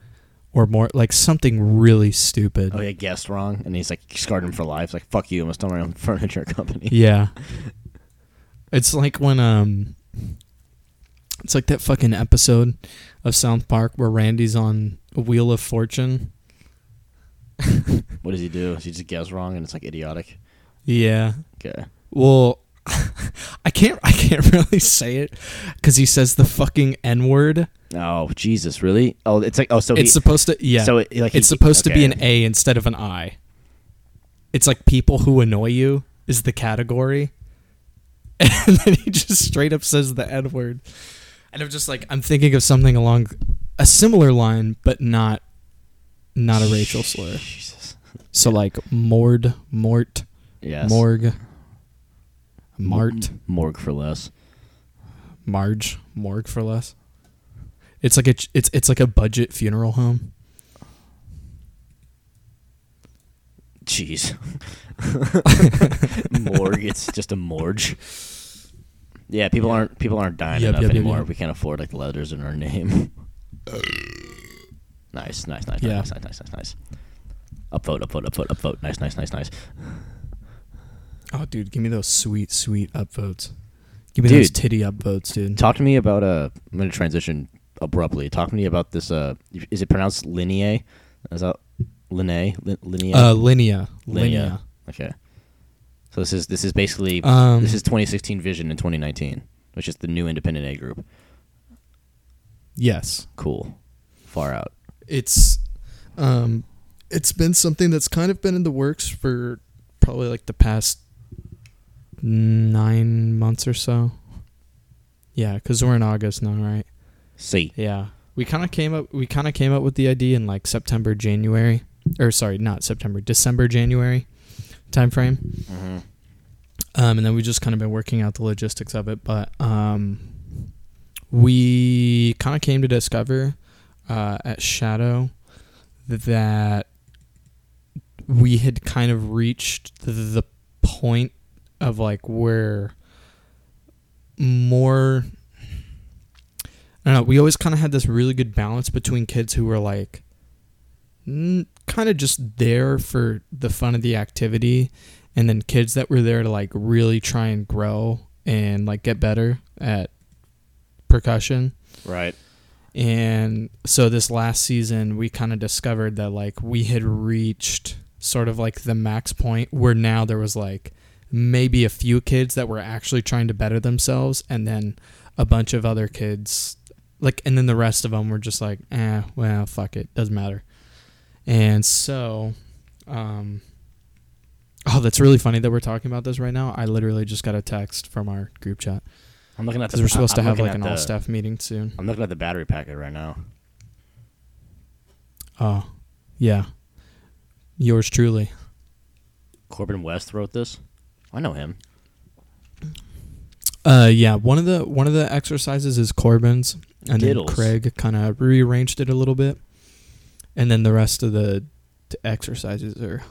Speaker 2: or more like something really stupid.
Speaker 1: Oh yeah, guessed wrong, and he's like scarred him for life. Like fuck you, I must own my own furniture company.
Speaker 2: Yeah. It's like when um it's like that fucking episode of South Park where Randy's on Wheel of Fortune.
Speaker 1: What does he do? Does He just guessed wrong, and it's like idiotic.
Speaker 2: Yeah.
Speaker 1: Okay.
Speaker 2: Well, I can't I can't really say it cuz he says the fucking n-word.
Speaker 1: Oh Jesus, really? Oh, it's like oh, so
Speaker 2: it's
Speaker 1: he,
Speaker 2: supposed to yeah.
Speaker 1: So it, like
Speaker 2: it's
Speaker 1: he-
Speaker 2: supposed to be
Speaker 1: okay.
Speaker 2: an a instead of an i. It's like people who annoy you is the category. And then he just straight up says the n-word. And I'm just like I'm thinking of something along a similar line but not not a racial slur.
Speaker 1: Jesus.
Speaker 2: So like mord, mort,
Speaker 1: Yes. Mm-hmm.
Speaker 2: morg, mart.
Speaker 1: Morgue for less.
Speaker 2: Marge morgue for less. It's like a ch- it's it's like a budget funeral home.
Speaker 1: Jeez. morgue. It's just a morgue. Yeah, people aren't people aren't dying
Speaker 2: Yep,
Speaker 1: enough
Speaker 2: yep, yep,
Speaker 1: anymore.
Speaker 2: yep.
Speaker 1: We can't afford like the letters in our name. nice, nice, nice,
Speaker 2: Yeah.
Speaker 1: nice, nice, nice, nice, nice. Upvote, upvote, upvote, upvote. Nice, nice, nice, nice.
Speaker 2: Oh, dude, give me those sweet sweet upvotes. Give me those
Speaker 1: Dude.
Speaker 2: titty upvotes, dude.
Speaker 1: Talk to me about uh. I'm gonna transition abruptly. Talk to me about this. Uh, is it pronounced Linear? Is that Linnae? Lin- Linear.
Speaker 2: Uh, linea,
Speaker 1: Linea.
Speaker 2: linea.
Speaker 1: okay. So this is this is basically
Speaker 2: Um,
Speaker 1: this is 2016 vision in 2019, which is the new independent A group.
Speaker 2: yes.
Speaker 1: Cool, far out.
Speaker 2: It's, um, it's been something that's kind of been in the works for probably like the past nine months or so. Yeah, because we're in August now, right?
Speaker 1: See,
Speaker 2: Yeah. We kind of came up we kind of came up with the idea in like September, January, or sorry, not September, December, January timeframe. Um, and then we just kind of been working out the logistics of it, but um, we kind of came to discover uh, at Shadow that we had kind of reached the point of like where more I don't know. We always kind of had this really good balance between kids who were like n- kind of just there for the fun of the activity and then kids that were there to like really try and grow and like get better at percussion.
Speaker 1: right?
Speaker 2: And so this last season, we kind of discovered that like we had reached sort of like the max point where now there was like maybe a few kids that were actually trying to better themselves, and then a bunch of other kids, like, and then the rest of them were just like, eh, well, fuck it, doesn't matter. And so, um, oh, that's really funny that we're talking about this right now. I literally just got a text from our group chat
Speaker 1: I'm looking at
Speaker 2: because
Speaker 1: the.
Speaker 2: we're supposed
Speaker 1: I'm
Speaker 2: to have
Speaker 1: looking
Speaker 2: like
Speaker 1: at
Speaker 2: an
Speaker 1: the-
Speaker 2: all staff meeting soon.
Speaker 1: I'm looking at the battery packet right now.
Speaker 2: Oh, yeah. Yours truly.
Speaker 1: Corbin West wrote this. I know him.
Speaker 2: Uh, yeah. One of the one of the exercises is Corbin's, and
Speaker 1: Diddles.
Speaker 2: then Craig kind of rearranged it a little bit, and then the rest of the t- exercises are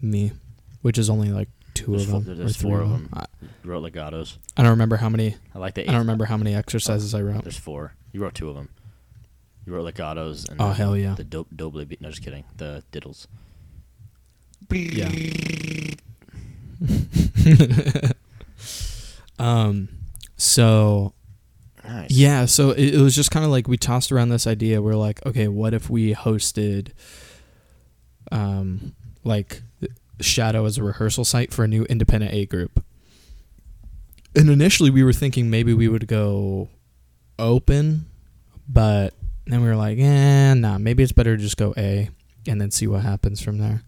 Speaker 2: me, which is only like two
Speaker 1: There's
Speaker 2: of
Speaker 1: four-
Speaker 2: them. or
Speaker 1: there's
Speaker 2: three
Speaker 1: four
Speaker 2: of
Speaker 1: of
Speaker 2: them. I,
Speaker 1: He wrote legatos.
Speaker 2: I don't remember how many.
Speaker 1: I like the.
Speaker 2: I don't
Speaker 1: eighth-
Speaker 2: remember how many exercises I wrote.
Speaker 1: There's four. You wrote two of them. You wrote legatos and
Speaker 2: Oh
Speaker 1: the-
Speaker 2: hell yeah.
Speaker 1: the dope doble. Beat. No, just kidding. The diddles.
Speaker 2: Yeah. Um, so
Speaker 1: Nice.
Speaker 2: yeah, so it, it was just kind of like we tossed around this idea. We're like, okay, what if we hosted, um, like Shadow as a rehearsal site for a new independent A group? And initially, we were thinking maybe we would go open, but then we were like, eh, nah, maybe it's better to just go A and then see what happens from there.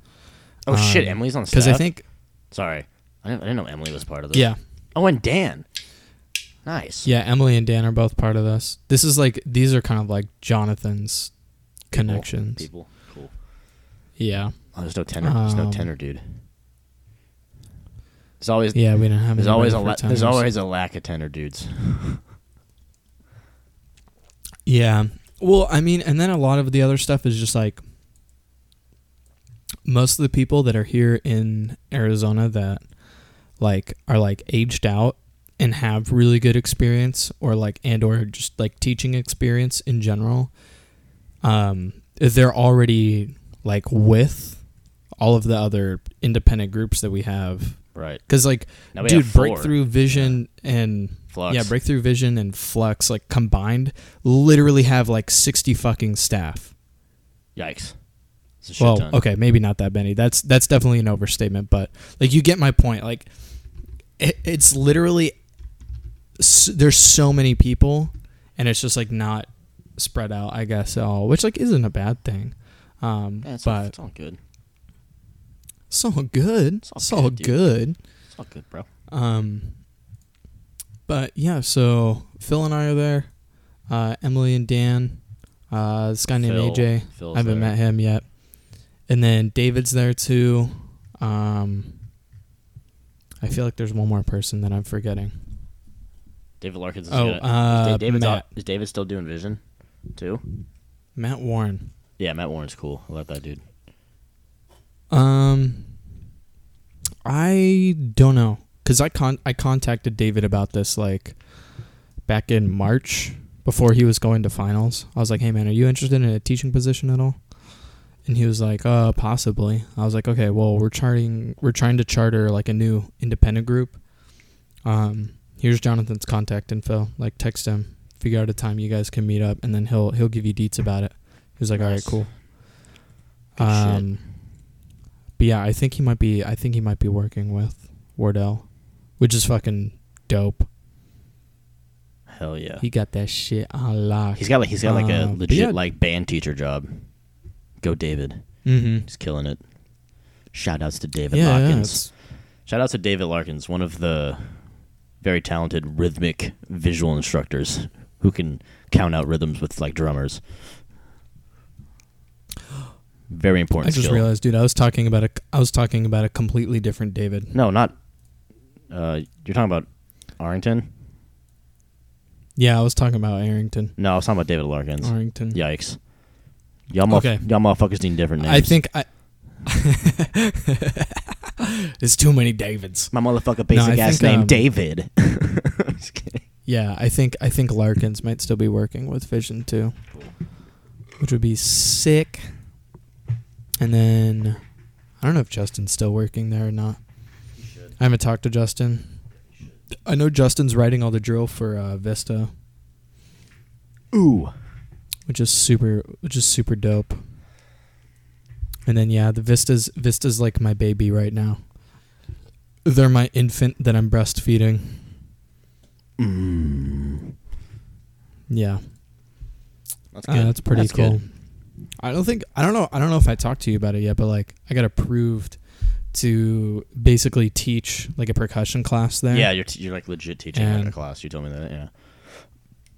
Speaker 1: Oh shit,
Speaker 2: um,
Speaker 1: Emily's on staff.
Speaker 2: Because I think,
Speaker 1: Sorry, I didn't, I didn't know Emily was part of this.
Speaker 2: yeah,
Speaker 1: Oh, and Dan. Nice.
Speaker 2: Yeah, Emily and Dan are both part of this. This is like these are kind of like Jonathan's
Speaker 1: People-
Speaker 2: connections.
Speaker 1: People. Cool.
Speaker 2: Yeah,
Speaker 1: Oh, there's no tenor. there's no
Speaker 2: Um,
Speaker 1: tenor, dude. There's always
Speaker 2: yeah, we don't have.
Speaker 1: there's
Speaker 2: anybody
Speaker 1: always a
Speaker 2: for
Speaker 1: la- there's
Speaker 2: tenors.
Speaker 1: always a lack of tenor dudes.
Speaker 2: yeah. Well, I mean, and then a lot of the other stuff is just like most of the people that are here in Arizona that like are like aged out and have really good experience or like and or just like teaching experience in general um they're already like with all of the other independent groups that we have
Speaker 1: Right.
Speaker 2: cuz like
Speaker 1: Now we
Speaker 2: dude
Speaker 1: have four.
Speaker 2: breakthrough vision and
Speaker 1: Flux.
Speaker 2: yeah breakthrough vision and flux like combined literally have like 60 fucking staff
Speaker 1: Yikes. It's a shit
Speaker 2: well,
Speaker 1: ton.
Speaker 2: okay, maybe not that many. That's that's definitely an overstatement, but like you get my point. Like it, it's literally s there's so many people, and it's just like not spread out, I guess, at all. Which like isn't a bad thing. Um,
Speaker 1: Yeah, it's, all,
Speaker 2: but
Speaker 1: it's all good.
Speaker 2: it's all good.
Speaker 1: It's all
Speaker 2: It's all
Speaker 1: good, dude.
Speaker 2: good.
Speaker 1: It's all good, bro.
Speaker 2: Um, but yeah, so Phil and I are there. Uh, Emily and Dan. Uh, this guy
Speaker 1: Phil-
Speaker 2: named AJ.
Speaker 1: Phil's
Speaker 2: I haven't
Speaker 1: there.
Speaker 2: met him yet. And then David's there too. Um, I feel like there's one more person that I'm forgetting.
Speaker 1: David Larkins. Is
Speaker 2: Oh,
Speaker 1: gonna-
Speaker 2: uh,
Speaker 1: Da- David's
Speaker 2: Matt.
Speaker 1: out- is David still doing Vision, too?
Speaker 2: Matt Warren.
Speaker 1: Yeah, Matt Warren's cool. I love that dude.
Speaker 2: Um, I don't know because I con I contacted David about this like back in March before he was going to finals. I was like, "Hey man, are you interested in a teaching position at all?" And he was like, "Uh, possibly." I was like, "Okay, well, we're charting we're trying to charter like a new independent group." Um, here's Jonathan's contact info. Like, text him, figure out a time you guys can meet up, and then he'll he'll give you deets about it. He was like, "All
Speaker 1: Nice.
Speaker 2: right, cool."
Speaker 1: Good shit.
Speaker 2: um, but yeah, I think he might be. I think he might be working with Wardell, which is fucking dope.
Speaker 1: Hell yeah.
Speaker 2: He got that shit unlocked.
Speaker 1: He's got like he's got like
Speaker 2: Uh,
Speaker 1: a
Speaker 2: but
Speaker 1: legit
Speaker 2: yeah.
Speaker 1: like band teacher job. Go David.
Speaker 2: mm-hmm.
Speaker 1: He's killing it. Shout outs to David
Speaker 2: yeah, yeah,
Speaker 1: Larkins.
Speaker 2: it's-
Speaker 1: Shout outs to David Larkins, one of the very talented rhythmic visual instructors who can count out rhythms with like drummers. Very
Speaker 2: I
Speaker 1: important
Speaker 2: just
Speaker 1: skill.
Speaker 2: realized, dude. I was talking about a. I was talking about a completely different David.
Speaker 1: No, not uh, you're talking about Arrington?
Speaker 2: Yeah, I was talking about Arrington.
Speaker 1: No, I was talking about David Larkins.
Speaker 2: Arrington.
Speaker 1: Yikes. Y'all, motherf-
Speaker 2: Okay.
Speaker 1: y'all motherfuckers need different names.
Speaker 2: I think I. There's too many Davids.
Speaker 1: My motherfucker basic
Speaker 2: I
Speaker 1: ass
Speaker 2: think,
Speaker 1: name
Speaker 2: um,
Speaker 1: David. Just kidding.
Speaker 2: Yeah, I think I think Larkins might still be working with Vision too, which would be sick. And then I don't know if Justin's still working there or not. I haven't talked to Justin. I know Justin's writing all the drill for uh, Vista,
Speaker 1: Ooh.
Speaker 2: which is super, which is super dope. And then yeah, the Vista's Vista's like my baby right now. They're my infant that I'm breastfeeding.
Speaker 1: Mm.
Speaker 2: Yeah.
Speaker 1: That's
Speaker 2: Uh, that's pretty
Speaker 1: good.
Speaker 2: cool. I don't think I don't know I don't know if I talked to you about it yet, but like I got approved to basically teach like a percussion class there.
Speaker 1: Yeah, you're, t- you're like legit teaching in
Speaker 2: And-
Speaker 1: a class. You told me that. Yeah.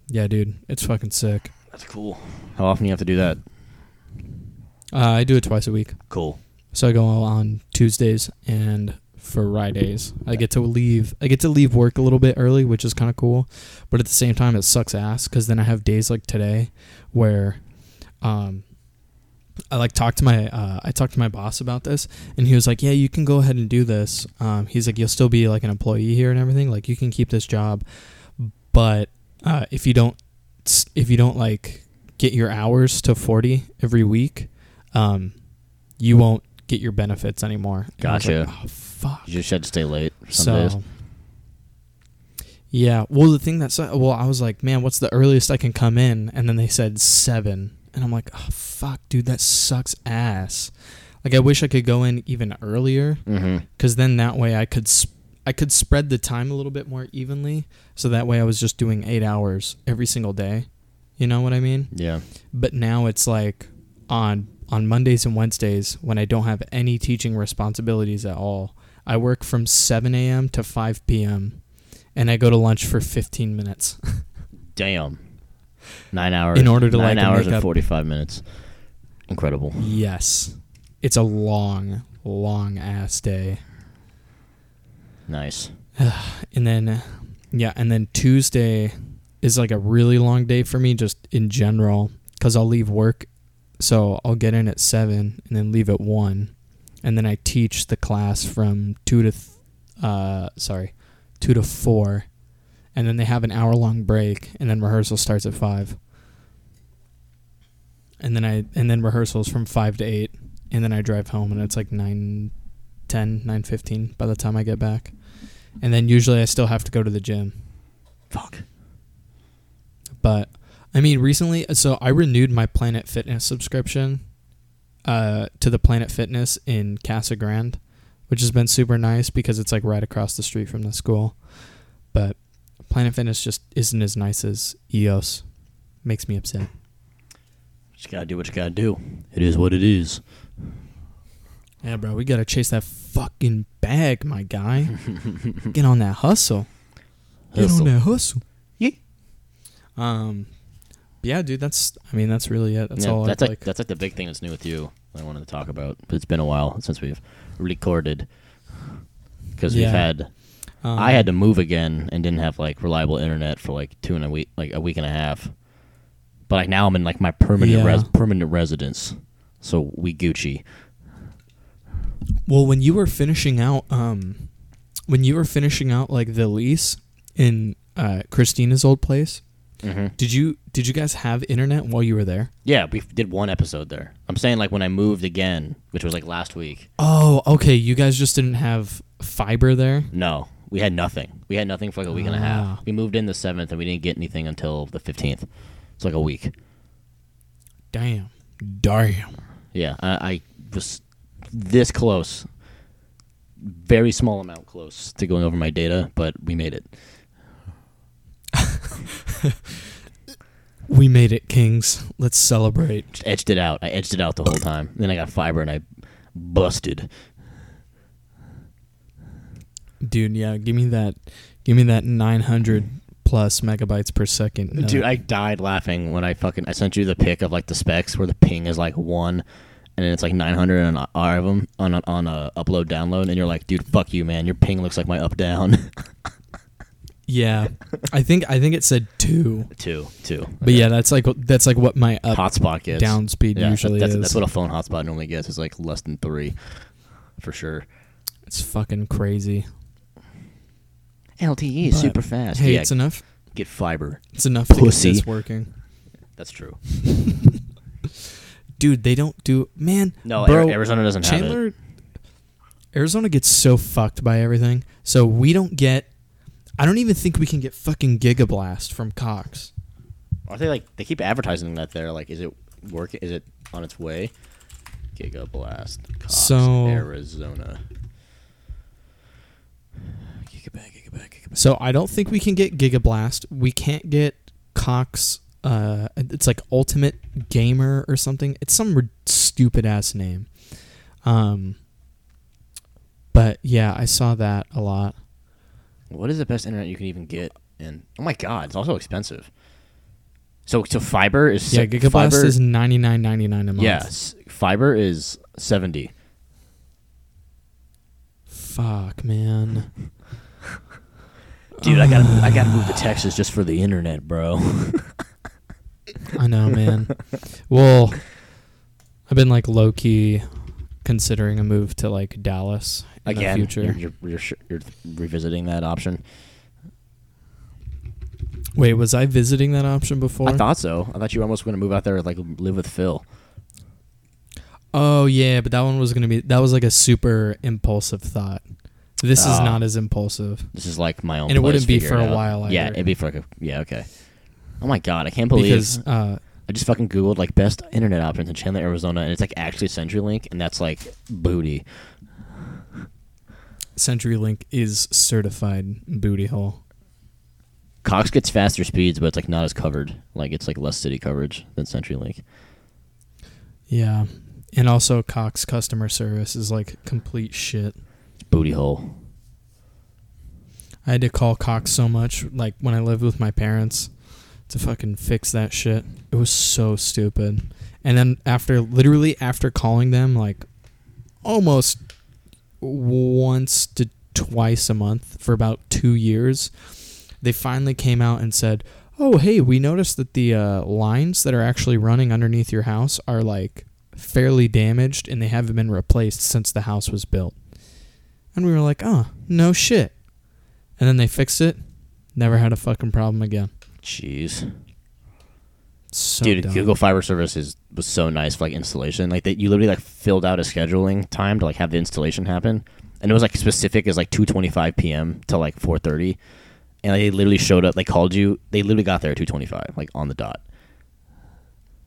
Speaker 2: Yeah, dude, it's fucking sick.
Speaker 1: That's cool. How often do you have to do that?
Speaker 2: Uh, I do it twice a week,
Speaker 1: Cool.
Speaker 2: so I go on Tuesdays and Fridays. I get to leave. I get to leave work a little bit early, which is kind of cool, but at the same time, it sucks ass because then I have days like today where, um, I like talked to my uh, I talked to my boss about this, and he was like, "Yeah, you can go ahead and do this." Um, he's like, "You'll still be like an employee here and everything. Like you can keep this job, but uh, if you don't if you don't like get your hours to forty every week, um, you won't get your benefits anymore." And I was
Speaker 1: Gotcha.
Speaker 2: like, oh fuck.
Speaker 1: You just had to stay late some
Speaker 2: so.
Speaker 1: days.
Speaker 2: Yeah. Well, the thing that's well, I was like, man, what's the earliest I can come in? And then they said seven, and I'm like, oh fuck, dude, that sucks ass. Like, I wish I could go in even earlier,
Speaker 1: Mm-hmm.
Speaker 2: because then that way I could sp- I could spread the time a little bit more evenly. So that way I was just doing eight hours every single day. You know what I mean?
Speaker 1: Yeah.
Speaker 2: But now it's like on on Mondays and Wednesdays when I don't have any teaching responsibilities at all. I work from 7 a.m. to 5 p.m. and I go to lunch for 15 minutes.
Speaker 1: Damn. Nine hours.
Speaker 2: In order to,
Speaker 1: nine
Speaker 2: like,
Speaker 1: hours
Speaker 2: make
Speaker 1: and
Speaker 2: up-
Speaker 1: forty five minutes. Incredible.
Speaker 2: yes, it's a long, long ass day.
Speaker 1: Nice.
Speaker 2: And then, yeah, and then Tuesday is like a really long day for me just in general because I'll leave work. So I'll get in at seven and then leave at one, and then I teach the class from two to, th- uh, sorry, two to four, and then they have an hour long break, and then rehearsal starts at five. And then I and then rehearsals from five to eight, and then I drive home, and it's like nine, ten, nine fifteen by the time I get back and then usually I still have to go to the gym.
Speaker 1: Fuck.
Speaker 2: But I mean, recently, so I renewed my Planet Fitness subscription uh, to the Planet Fitness in Casa Grande, which has been super nice because it's like right across the street from the school. But Planet Fitness just isn't as nice as EOS. Makes me upset.
Speaker 1: Just gotta do what you gotta do. It is what it is.
Speaker 2: Yeah, bro, we gotta chase that fucking bag, my guy. Get on that hustle. Get
Speaker 1: Hustle.
Speaker 2: on that hustle.
Speaker 1: Yeah.
Speaker 2: Um. Yeah, dude. That's. I mean, that's really it. That's
Speaker 1: Yeah,
Speaker 2: all.
Speaker 1: That's
Speaker 2: I'd
Speaker 1: like, that's like the big thing that's new with you. That I wanted to talk about, but it's been a while since we've recorded because
Speaker 2: Yeah.
Speaker 1: we've had
Speaker 2: Um,
Speaker 1: I had to move again and didn't have like reliable internet for like two and a week, like a week and a half. But like now I'm in like my permanent
Speaker 2: Yeah.
Speaker 1: res- permanent residence, so we Gucci.
Speaker 2: Well, when you were finishing out, um, when you were finishing out like the lease in uh, Christina's old place,
Speaker 1: Mm-hmm.
Speaker 2: did you did you guys have internet while you were there?
Speaker 1: Yeah, we did one episode there. I'm saying like when I moved again, which was like last week.
Speaker 2: Oh, okay. You guys just didn't have fiber there.
Speaker 1: No, we had nothing. We had nothing for like a week and a
Speaker 2: Ah.
Speaker 1: half. We moved in the seventh and we didn't get anything until the fifteenth. It's like a week.
Speaker 2: Damn. Damn.
Speaker 1: Yeah, I, I was this close, very small amount close to going over my data, but we made it.
Speaker 2: We made it, kings. Let's celebrate.
Speaker 1: Just edged it out. I edged it out the whole time. Then I got fiber and I busted.
Speaker 2: Dude, yeah, give me that give me that 900 plus megabytes per second. Uh, nut.
Speaker 1: Dude, I died laughing when I fucking I sent you the pic of like the specs where the ping is like one, and then it's like 900 on a- all of them on a, on a upload download, and you're like, dude, fuck you, man. Your ping looks like my up down.
Speaker 2: yeah. I think I think it said 2.
Speaker 1: two, two.
Speaker 2: But yeah, that's like that's like what my up
Speaker 1: hotspot gets
Speaker 2: down speed
Speaker 1: Yeah,
Speaker 2: usually
Speaker 1: that's,
Speaker 2: is.
Speaker 1: that's what a phone hotspot normally gets. It's like less than three, for sure.
Speaker 2: It's fucking crazy.
Speaker 1: LTE
Speaker 2: But-
Speaker 1: E is super fast.
Speaker 2: Hey,
Speaker 1: yeah,
Speaker 2: it's enough.
Speaker 1: get fiber.
Speaker 2: It's enough
Speaker 1: Pussy.
Speaker 2: to get this working.
Speaker 1: That's true.
Speaker 2: Dude, they don't do man.
Speaker 1: No, Ar-
Speaker 2: bro,
Speaker 1: Arizona doesn't have it.
Speaker 2: Chandler Arizona gets so fucked by everything. So we don't get I don't even think we can get fucking Gigablast from Cox.
Speaker 1: Aren't they like they keep advertising that there? Like, is it working? Is it on its way? Giga Blast, Cox,
Speaker 2: So-
Speaker 1: Arizona. Giga back, giga back, giga back.
Speaker 2: So I don't think we can get Gigablast. We can't get Cox. Uh, it's like Ultimate Gamer or something. It's some re- stupid ass name. Um, but yeah, I saw that a lot.
Speaker 1: What is the best internet you can even get? And oh my god, it's also expensive. So so fiber is
Speaker 2: Yeah,
Speaker 1: si-
Speaker 2: Gigablast
Speaker 1: fiber,
Speaker 2: is ninety nine ninety nine a month.
Speaker 1: yes, fiber is seventy.
Speaker 2: Fuck, man.
Speaker 1: Dude, I gotta I gotta move to Texas just for the internet, bro.
Speaker 2: I know, man. well, I've been like low key considering a move to like Dallas in
Speaker 1: Again,
Speaker 2: the future.
Speaker 1: You're, you're, you're, sh- you're revisiting that option.
Speaker 2: Wait, was I visiting that option before?
Speaker 1: I thought so. I thought you were almost going to move out there and like live with Phil.
Speaker 2: Oh yeah, but that one was gonna be that was like a super impulsive thought This is
Speaker 1: Ah.
Speaker 2: not as impulsive.
Speaker 1: This is like my own.
Speaker 2: And it
Speaker 1: place,
Speaker 2: wouldn't be
Speaker 1: figure
Speaker 2: for
Speaker 1: it
Speaker 2: a
Speaker 1: out.
Speaker 2: while
Speaker 1: Yeah,
Speaker 2: either.
Speaker 1: it'd be for like a yeah. Okay. Oh my god, I can't believe
Speaker 2: because uh,
Speaker 1: I just fucking googled like best internet options in Chandler, Arizona, and it's like actually CenturyLink, and that's like booty.
Speaker 2: CenturyLink is certified booty hole.
Speaker 1: Cox gets faster speeds, but it's like not as covered. Like it's like less city coverage than CenturyLink.
Speaker 2: Yeah, and also Cox customer service is like complete shit.
Speaker 1: It's booty hole.
Speaker 2: I had to call Cox so much, like when I lived with my parents, to fucking fix that shit. It was so stupid. And then after, literally after calling them, like almost once to twice a month for about two years, they finally came out and said, "Oh, hey, we noticed that the uh, lines that are actually running underneath your house are like fairly damaged, and they haven't been replaced since the house was built." And we were like, "Oh, no shit." And then they fixed it. Never had a fucking problem again.
Speaker 1: Jeez,
Speaker 2: So
Speaker 1: dude,
Speaker 2: dumb.
Speaker 1: Google Fiber service is was so nice for like installation. Like that, you literally like filled out a scheduling time to like have the installation happen, and it was like specific as like two twenty five p.m. to like four thirty, and like, they literally showed up. They called you. They literally got there at two twenty five, like on the dot.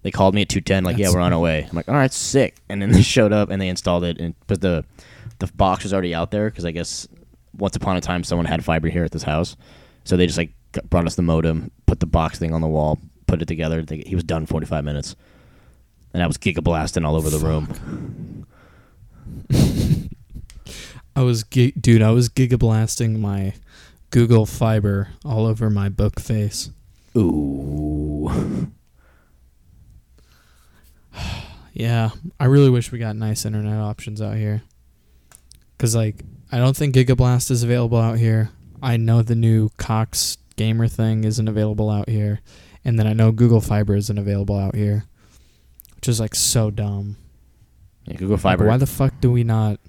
Speaker 1: They called me at two ten, like yeah,
Speaker 2: That's-
Speaker 1: we're on our way. I'm like, all right, sick. And then they showed up and they installed it, and but the the box was already out there because I guess once upon a time someone had fiber here at this house, so they just like g- brought us the modem, put the box thing on the wall, put it together. They, he was done in 45 minutes, and I was gigablasting all over the room.
Speaker 2: I was gi- dude, I was gigablasting my Google Fiber all over my book face.
Speaker 1: Ooh,
Speaker 2: Yeah, I really wish we got nice internet options out here. Cause like I don't think Gigablast is available out here. I know the new Cox Gamer thing isn't available out here, and then I know Google Fiber isn't available out here, which is like so dumb.
Speaker 1: yeah, Google
Speaker 2: Like,
Speaker 1: Fiber.
Speaker 2: why the fuck do we not?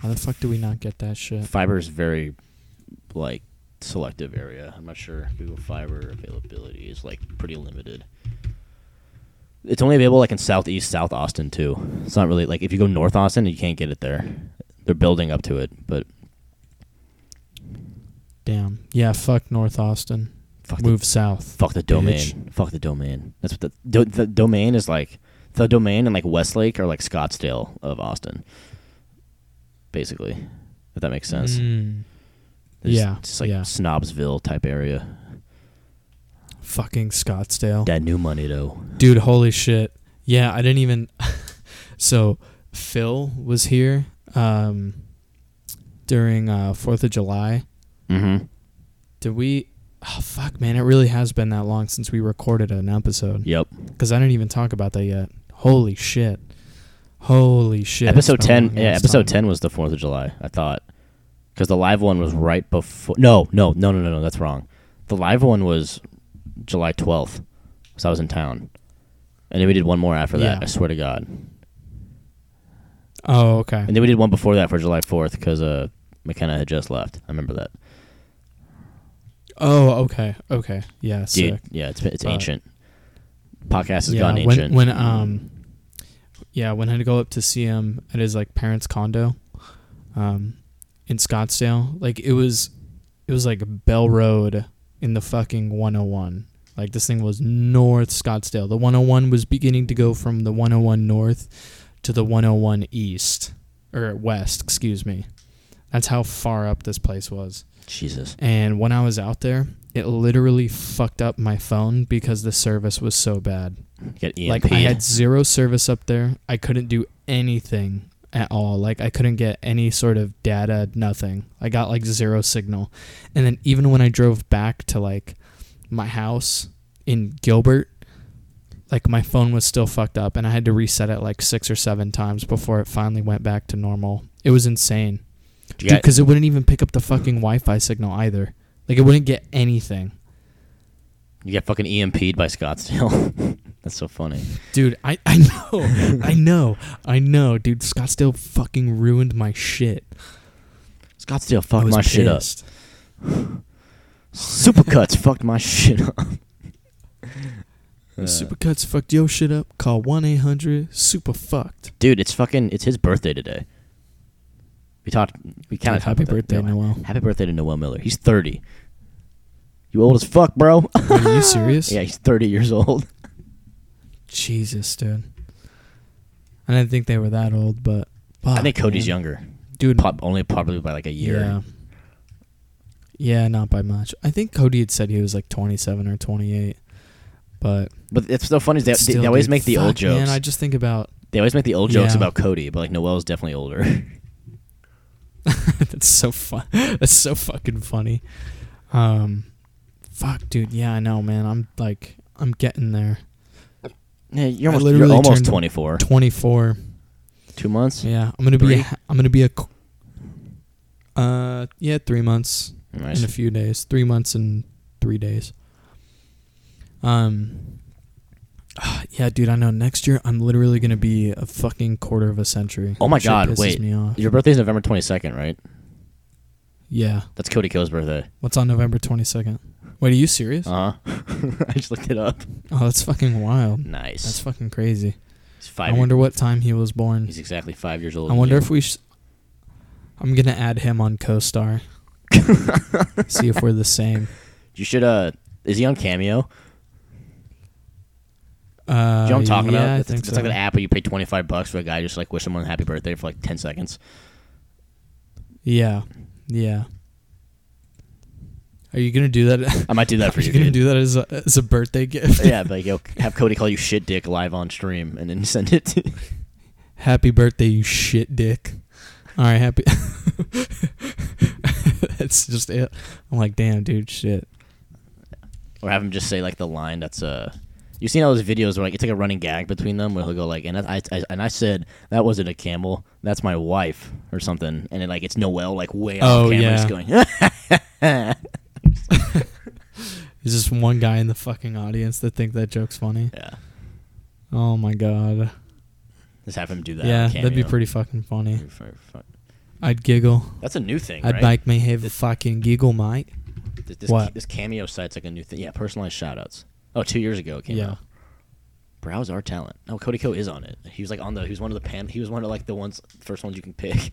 Speaker 2: Why the fuck do we not get that shit?
Speaker 1: Fiber is very like selective area. I'm not sure Google Fiber availability is like pretty limited. It's only available like in southeast South Austin too. It's not really like if you go north Austin, you can't get it there. They're building up to it, but
Speaker 2: Damn. Yeah. Fuck North Austin.
Speaker 1: fuck the,
Speaker 2: Move south.
Speaker 1: fuck the domain.
Speaker 2: bitch.
Speaker 1: Fuck the domain. That's what the do, the domain is like. The domain and like Westlake are like Scottsdale of Austin, basically. If that makes sense.
Speaker 2: Mm.
Speaker 1: It's-
Speaker 2: Yeah,
Speaker 1: It's like
Speaker 2: yeah.
Speaker 1: Snobsville type area.
Speaker 2: Fucking Scottsdale.
Speaker 1: That new money though.
Speaker 2: Dude, holy shit. Yeah, I didn't even So Phil was here um during uh 4th of July.
Speaker 1: Mm-hmm.
Speaker 2: Did we Oh fuck, man, it really has been that long since we recorded an episode
Speaker 1: Yep.
Speaker 2: cuz I didn't even talk about that yet. Holy shit. Holy shit. Oh
Speaker 1: episode
Speaker 2: It's been a
Speaker 1: ten.
Speaker 2: long
Speaker 1: Yeah,
Speaker 2: ass
Speaker 1: episode
Speaker 2: time.
Speaker 1: ten was the Fourth of July. I thought because the live one was right before. No, no, no, no, no, no. That's wrong. The live one was July twelfth, so I was in town, and then we did one more after that.
Speaker 2: Yeah.
Speaker 1: I swear to God.
Speaker 2: Oh, okay.
Speaker 1: And then we did one before that for July fourth because uh, McKenna had just left. I remember that.
Speaker 2: Oh, okay. Okay. Yeah,
Speaker 1: Dude,
Speaker 2: sick.
Speaker 1: yeah, it's it's
Speaker 2: But-
Speaker 1: ancient. Podcast has
Speaker 2: yeah,
Speaker 1: gone
Speaker 2: when,
Speaker 1: ancient.
Speaker 2: when um yeah when i go up to see him at his like parents condo um in scottsdale like it was it was like bell road in the fucking 101 like this thing was north scottsdale the 101 was beginning to go from the 101 north to the 101 east or west excuse me that's how far up this place was
Speaker 1: Jesus.
Speaker 2: and when I was out there, it literally fucked up my phone because the service was so bad.
Speaker 1: Get EMP.
Speaker 2: Like I had zero service up there. I couldn't do anything at all. Like I couldn't get any sort of data, nothing. I got like zero signal. And then even when I drove back to like my house in Gilbert, like my phone was still fucked up and I had to reset it like 6 or 7 times before it finally went back to normal. It was insane.
Speaker 1: You
Speaker 2: Dude,
Speaker 1: got-
Speaker 2: because it wouldn't even pick up the fucking Wi-Fi signal either. Like it wouldn't get anything.
Speaker 1: you get fucking EMP'd by Scottsdale. That's so funny.
Speaker 2: Dude, I, I know, I know, I know, dude. Scottsdale fucking ruined my shit.
Speaker 1: Scottsdale
Speaker 2: I
Speaker 1: fucked
Speaker 2: was
Speaker 1: my shit up.
Speaker 2: pissed.
Speaker 1: Supercuts fucked my shit up. Uh,
Speaker 2: Supercuts fucked your shit up. Call one eight hundred super fucked.
Speaker 1: dude, it's fucking it's his birthday today. We talked. We kind
Speaker 2: Dude,
Speaker 1: of
Speaker 2: happy birthday, Noel.
Speaker 1: Happy birthday to Noel Miller. He's thirty. You old as fuck, bro.
Speaker 2: Are you serious?
Speaker 1: yeah, he's thirty years old.
Speaker 2: Jesus, dude. I didn't think they were that old, but
Speaker 1: I think
Speaker 2: fuck,
Speaker 1: Cody's
Speaker 2: Ah, man.
Speaker 1: younger.
Speaker 2: Dude,
Speaker 1: Pop, only probably by like a year.
Speaker 2: Yeah. Yeah, not by much. I think Cody had said he was like 27 or 28. But
Speaker 1: But it's so funny is they,
Speaker 2: still,
Speaker 1: they always
Speaker 2: dude,
Speaker 1: make the
Speaker 2: fuck,
Speaker 1: old jokes.
Speaker 2: Man, I just think about
Speaker 1: they always make the old jokes
Speaker 2: Yeah.
Speaker 1: about Cody, but like Noel's definitely older.
Speaker 2: that's so fun. That's so fucking funny. Um, fuck, dude. Yeah, I know, man. I'm like, I'm getting there.
Speaker 1: yeah, you're
Speaker 2: I
Speaker 1: almost you're
Speaker 2: literally
Speaker 1: almost
Speaker 2: turned-
Speaker 1: twenty four.
Speaker 2: 24.
Speaker 1: Two months.
Speaker 2: Yeah, I'm gonna be.
Speaker 1: Three?
Speaker 2: A, I'm gonna be a. c- Uh, yeah, three months.
Speaker 1: Nice.
Speaker 2: in a few days. Three months and three days. Um. Yeah, dude, I know. Next year, I'm literally gonna be a fucking quarter of a century.
Speaker 1: Oh my
Speaker 2: Shit
Speaker 1: God,
Speaker 2: pisses
Speaker 1: wait.
Speaker 2: Me off.
Speaker 1: Your birthday's November twenty second, right?
Speaker 2: Yeah.
Speaker 1: That's Cody Ko's birthday.
Speaker 2: What's on November 22nd? Wait, are you serious?
Speaker 1: Uh huh. I just looked it up.
Speaker 2: oh, that's fucking wild.
Speaker 1: Nice.
Speaker 2: That's fucking crazy.
Speaker 1: he's five.
Speaker 2: I wonder what time he was born.
Speaker 1: He's exactly five years old.
Speaker 2: I wonder if we. Sh- I'm gonna add him on co-star. See if we're the same.
Speaker 1: you should. Uh, is he on Cameo? Do
Speaker 2: Uh,
Speaker 1: you know what I'm talking
Speaker 2: yeah,
Speaker 1: about?
Speaker 2: I
Speaker 1: it's
Speaker 2: think
Speaker 1: it's
Speaker 2: so.
Speaker 1: like an app where you pay 25 bucks for a guy just like wish someone happy birthday for like 10 seconds.
Speaker 2: Yeah, yeah. Are you gonna do that?
Speaker 1: I might do that
Speaker 2: Are
Speaker 1: for
Speaker 2: you
Speaker 1: you.
Speaker 2: gonna
Speaker 1: dude.
Speaker 2: do that as a, as a birthday gift?
Speaker 1: yeah, but like, yo, have Cody call you shit dick live on stream and then send it to
Speaker 2: Happy birthday, you shit dick. All right, happy. That's just it. I'm like, damn, dude, shit.
Speaker 1: or have him just say like the line that's uh you've seen all those videos where like it's like a running gag between them where he'll go like and I, I and I said that wasn't a camel that's my wife or something and then like it's Noel like way off
Speaker 2: Oh,
Speaker 1: camera
Speaker 2: yeah.
Speaker 1: just going
Speaker 2: There's just one guy in the fucking audience that think that joke's funny.
Speaker 1: yeah
Speaker 2: Oh my god.
Speaker 1: just have him do that
Speaker 2: yeah,
Speaker 1: on
Speaker 2: that'd be
Speaker 1: Cameo.
Speaker 2: pretty fucking funny.
Speaker 1: Fu-
Speaker 2: I'd giggle.
Speaker 1: that's a new thing
Speaker 2: I'd
Speaker 1: right
Speaker 2: make me have a fucking giggle, mate.
Speaker 1: this, this,
Speaker 2: what?
Speaker 1: this cameo site's like a new thing yeah personalized shoutouts oh two years ago it came
Speaker 2: Yeah.
Speaker 1: out browse our talent oh Cody Co is on it he was like on the he was one of the pan he was one of like the ones first ones you can pick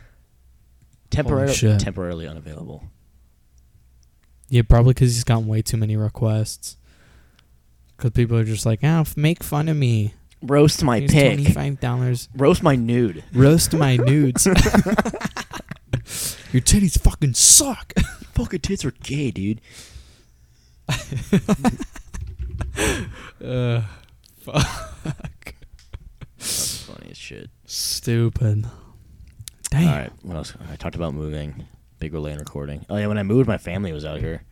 Speaker 1: temporarily
Speaker 2: shit.
Speaker 1: temporarily unavailable
Speaker 2: Yeah, probably because he's gotten way too many requests. Because people are just like, ah, f- make fun of me.
Speaker 1: Roast my
Speaker 2: Here's
Speaker 1: pig.
Speaker 2: Twenty-five dollars.
Speaker 1: Roast my nude.
Speaker 2: Roast my nudes. Your titties fucking suck.
Speaker 1: Fucking tits are gay, dude.
Speaker 2: Uh,
Speaker 1: That's funny as shit.
Speaker 2: stupid. Damn.
Speaker 1: All right, what else? I talked about moving. Big relay and recording. Oh yeah, when I moved, my family was out here.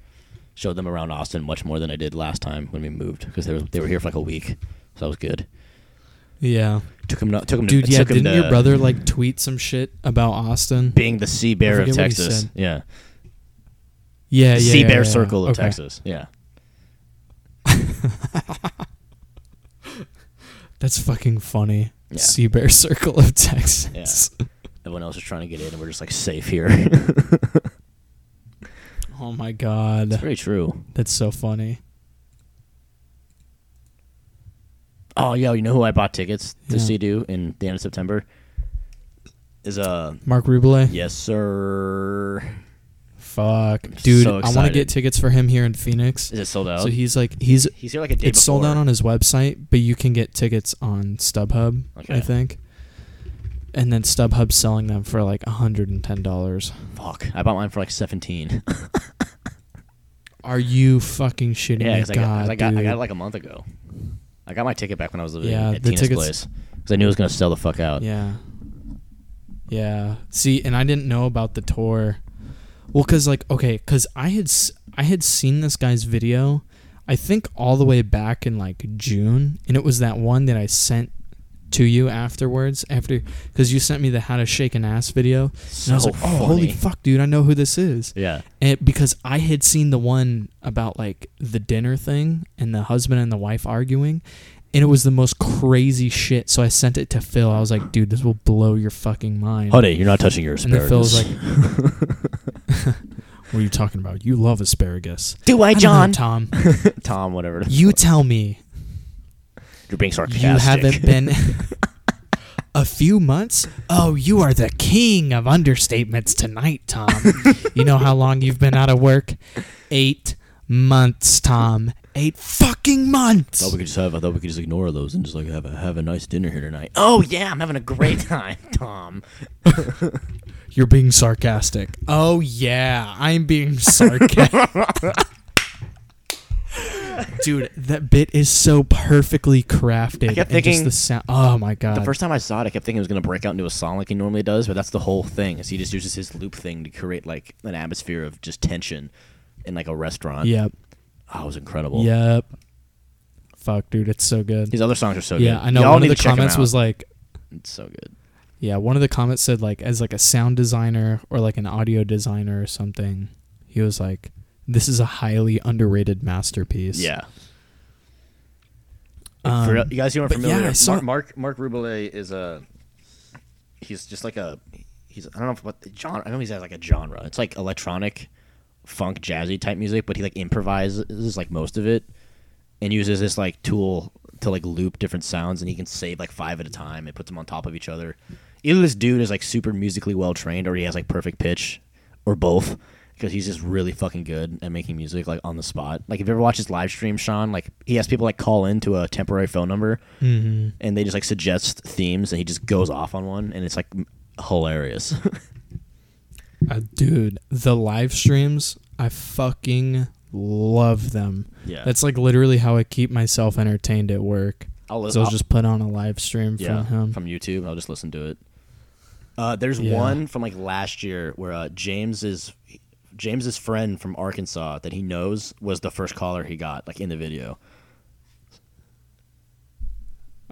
Speaker 1: Showed them around Austin much more than I did last time when we moved because they were they were here for like a week, so that was good.
Speaker 2: Yeah,
Speaker 1: Took them, took them,
Speaker 2: dude.
Speaker 1: To,
Speaker 2: Yeah,
Speaker 1: took 'em
Speaker 2: didn't
Speaker 1: to
Speaker 2: your brother like tweet some shit about Austin?
Speaker 1: being the sea bear
Speaker 2: I
Speaker 1: of
Speaker 2: forget what he
Speaker 1: Texas?
Speaker 2: said.
Speaker 1: Yeah,
Speaker 2: Yeah, yeah.
Speaker 1: the sea
Speaker 2: yeah,
Speaker 1: bear
Speaker 2: yeah,
Speaker 1: circle of
Speaker 2: Okay.
Speaker 1: Texas. Yeah,
Speaker 2: That's fucking funny.
Speaker 1: Yeah.
Speaker 2: Sea bear circle of Texas.
Speaker 1: everyone else is trying to get in, and we're just like safe here.
Speaker 2: Oh my
Speaker 1: it's
Speaker 2: god,
Speaker 1: pretty true.
Speaker 2: that's so funny.
Speaker 1: Oh yo, you know who I bought tickets to
Speaker 2: Yeah.
Speaker 1: see do in the end of September? Is uh
Speaker 2: Mark Ruble.
Speaker 1: Yes, sir.
Speaker 2: Fuck,
Speaker 1: so
Speaker 2: dude. I want to
Speaker 1: excited.
Speaker 2: get tickets for him here in Phoenix.
Speaker 1: Is it sold out?
Speaker 2: So he's like, he's
Speaker 1: he's here like a day
Speaker 2: it's sold out on his website, but you can get tickets on StubHub, I
Speaker 1: Okay.
Speaker 2: think. And then StubHub's selling them for like hundred and ten dollars.
Speaker 1: Fuck, I bought mine for like seventeen.
Speaker 2: Oh Are you fucking shitting
Speaker 1: yeah,
Speaker 2: me?
Speaker 1: because I, got- 'cause
Speaker 2: God,
Speaker 1: I got I
Speaker 2: dude.
Speaker 1: got it like a month ago. I got my ticket back when I was living
Speaker 2: Yeah,
Speaker 1: at
Speaker 2: the
Speaker 1: Tina's
Speaker 2: tickets-
Speaker 1: place because I knew it was gonna sell the fuck out.
Speaker 2: yeah, yeah. See, and I didn't know about the tour. Well, cause like okay, cause I had s- I had seen this guy's video, I think all the way back in like June, and it was that one that I sent to you afterwards after because you sent me the how to shake an ass video
Speaker 1: so
Speaker 2: And I was like, oh, holy
Speaker 1: funny.
Speaker 2: fuck, dude, I know who this is.
Speaker 1: Yeah,
Speaker 2: And Eh, because I had seen the one about like the dinner thing and the husband and the wife arguing, and it was the most crazy shit. So I sent it to Phil. I was like, dude, this will blow your fucking mind.
Speaker 1: honey, you're not touching your
Speaker 2: and then
Speaker 1: asparagus.
Speaker 2: Phil's like, what are you talking about? You love asparagus.
Speaker 1: "Do I,
Speaker 2: I don't know,
Speaker 1: John?
Speaker 2: Tom,
Speaker 1: Tom, whatever.
Speaker 2: you tell me
Speaker 1: you're being
Speaker 2: you
Speaker 1: sarcastic.
Speaker 2: haven't been a few months? Oh, you are the king of understatements tonight, Tom. you know how long you've been out of work? Eight months, Tom. Eight fucking months.
Speaker 1: thought we could just have. I thought we could just ignore those and just like have a have a nice dinner here tonight. Oh yeah, I'm having a great time, Tom.
Speaker 2: You're being sarcastic. Oh yeah, I'm being sarcastic. Dude, that bit is so perfectly crafted.
Speaker 1: I kept
Speaker 2: and just
Speaker 1: thinking-
Speaker 2: the sound. Oh my god.
Speaker 1: The first time I saw it, I kept thinking it was gonna break out into a song like he normally does, but that's the whole thing. Is he just uses his loop thing to create like an atmosphere of just tension in like a restaurant.
Speaker 2: Yep.
Speaker 1: oh, it was incredible.
Speaker 2: Yep. Fuck, dude, it's so good.
Speaker 1: his other songs are so good.
Speaker 2: yeah, I know.
Speaker 1: Y'all
Speaker 2: One
Speaker 1: need
Speaker 2: of the
Speaker 1: to check 'em
Speaker 2: comments
Speaker 1: out.
Speaker 2: was like,
Speaker 1: it's so good.
Speaker 2: yeah, one of the comments said like, as like a sound designer or like an audio designer or something, he was like, this is a highly underrated masterpiece.
Speaker 1: Yeah.
Speaker 2: Um,
Speaker 1: For- you guys who aren't
Speaker 2: but yeah,
Speaker 1: familiar,
Speaker 2: I saw-
Speaker 1: Mark Mark, Mark Rubelet is a he's just like a he's I don't know if what the genre I know he's has like a genre. It's like electronic funk jazzy type music, but he like improvises like most of it and uses this like tool to like loop different sounds and he can save like five at a time and puts them on top of each other. Either this dude is like super musically well trained or he has like perfect pitch or both because he's just really fucking good at making music like on the spot. Like if you ever watch his live stream, Sean, like he has people like call into a temporary phone number and they just like suggest themes and he just goes off on one and it's like m- hilarious.
Speaker 2: Uh, dude, the live streams, I fucking love them.
Speaker 1: yeah.
Speaker 2: That's like literally how I keep myself entertained at work.
Speaker 1: I'll, li-
Speaker 2: So I'll
Speaker 1: I'll-
Speaker 2: just put on a live stream
Speaker 1: yeah,
Speaker 2: from him.
Speaker 1: YouTube. I'll just listen to it. Uh, there's
Speaker 2: Yeah.
Speaker 1: one from like last year where uh, James is James's friend from Arkansas that he knows was the first caller he got like in the video.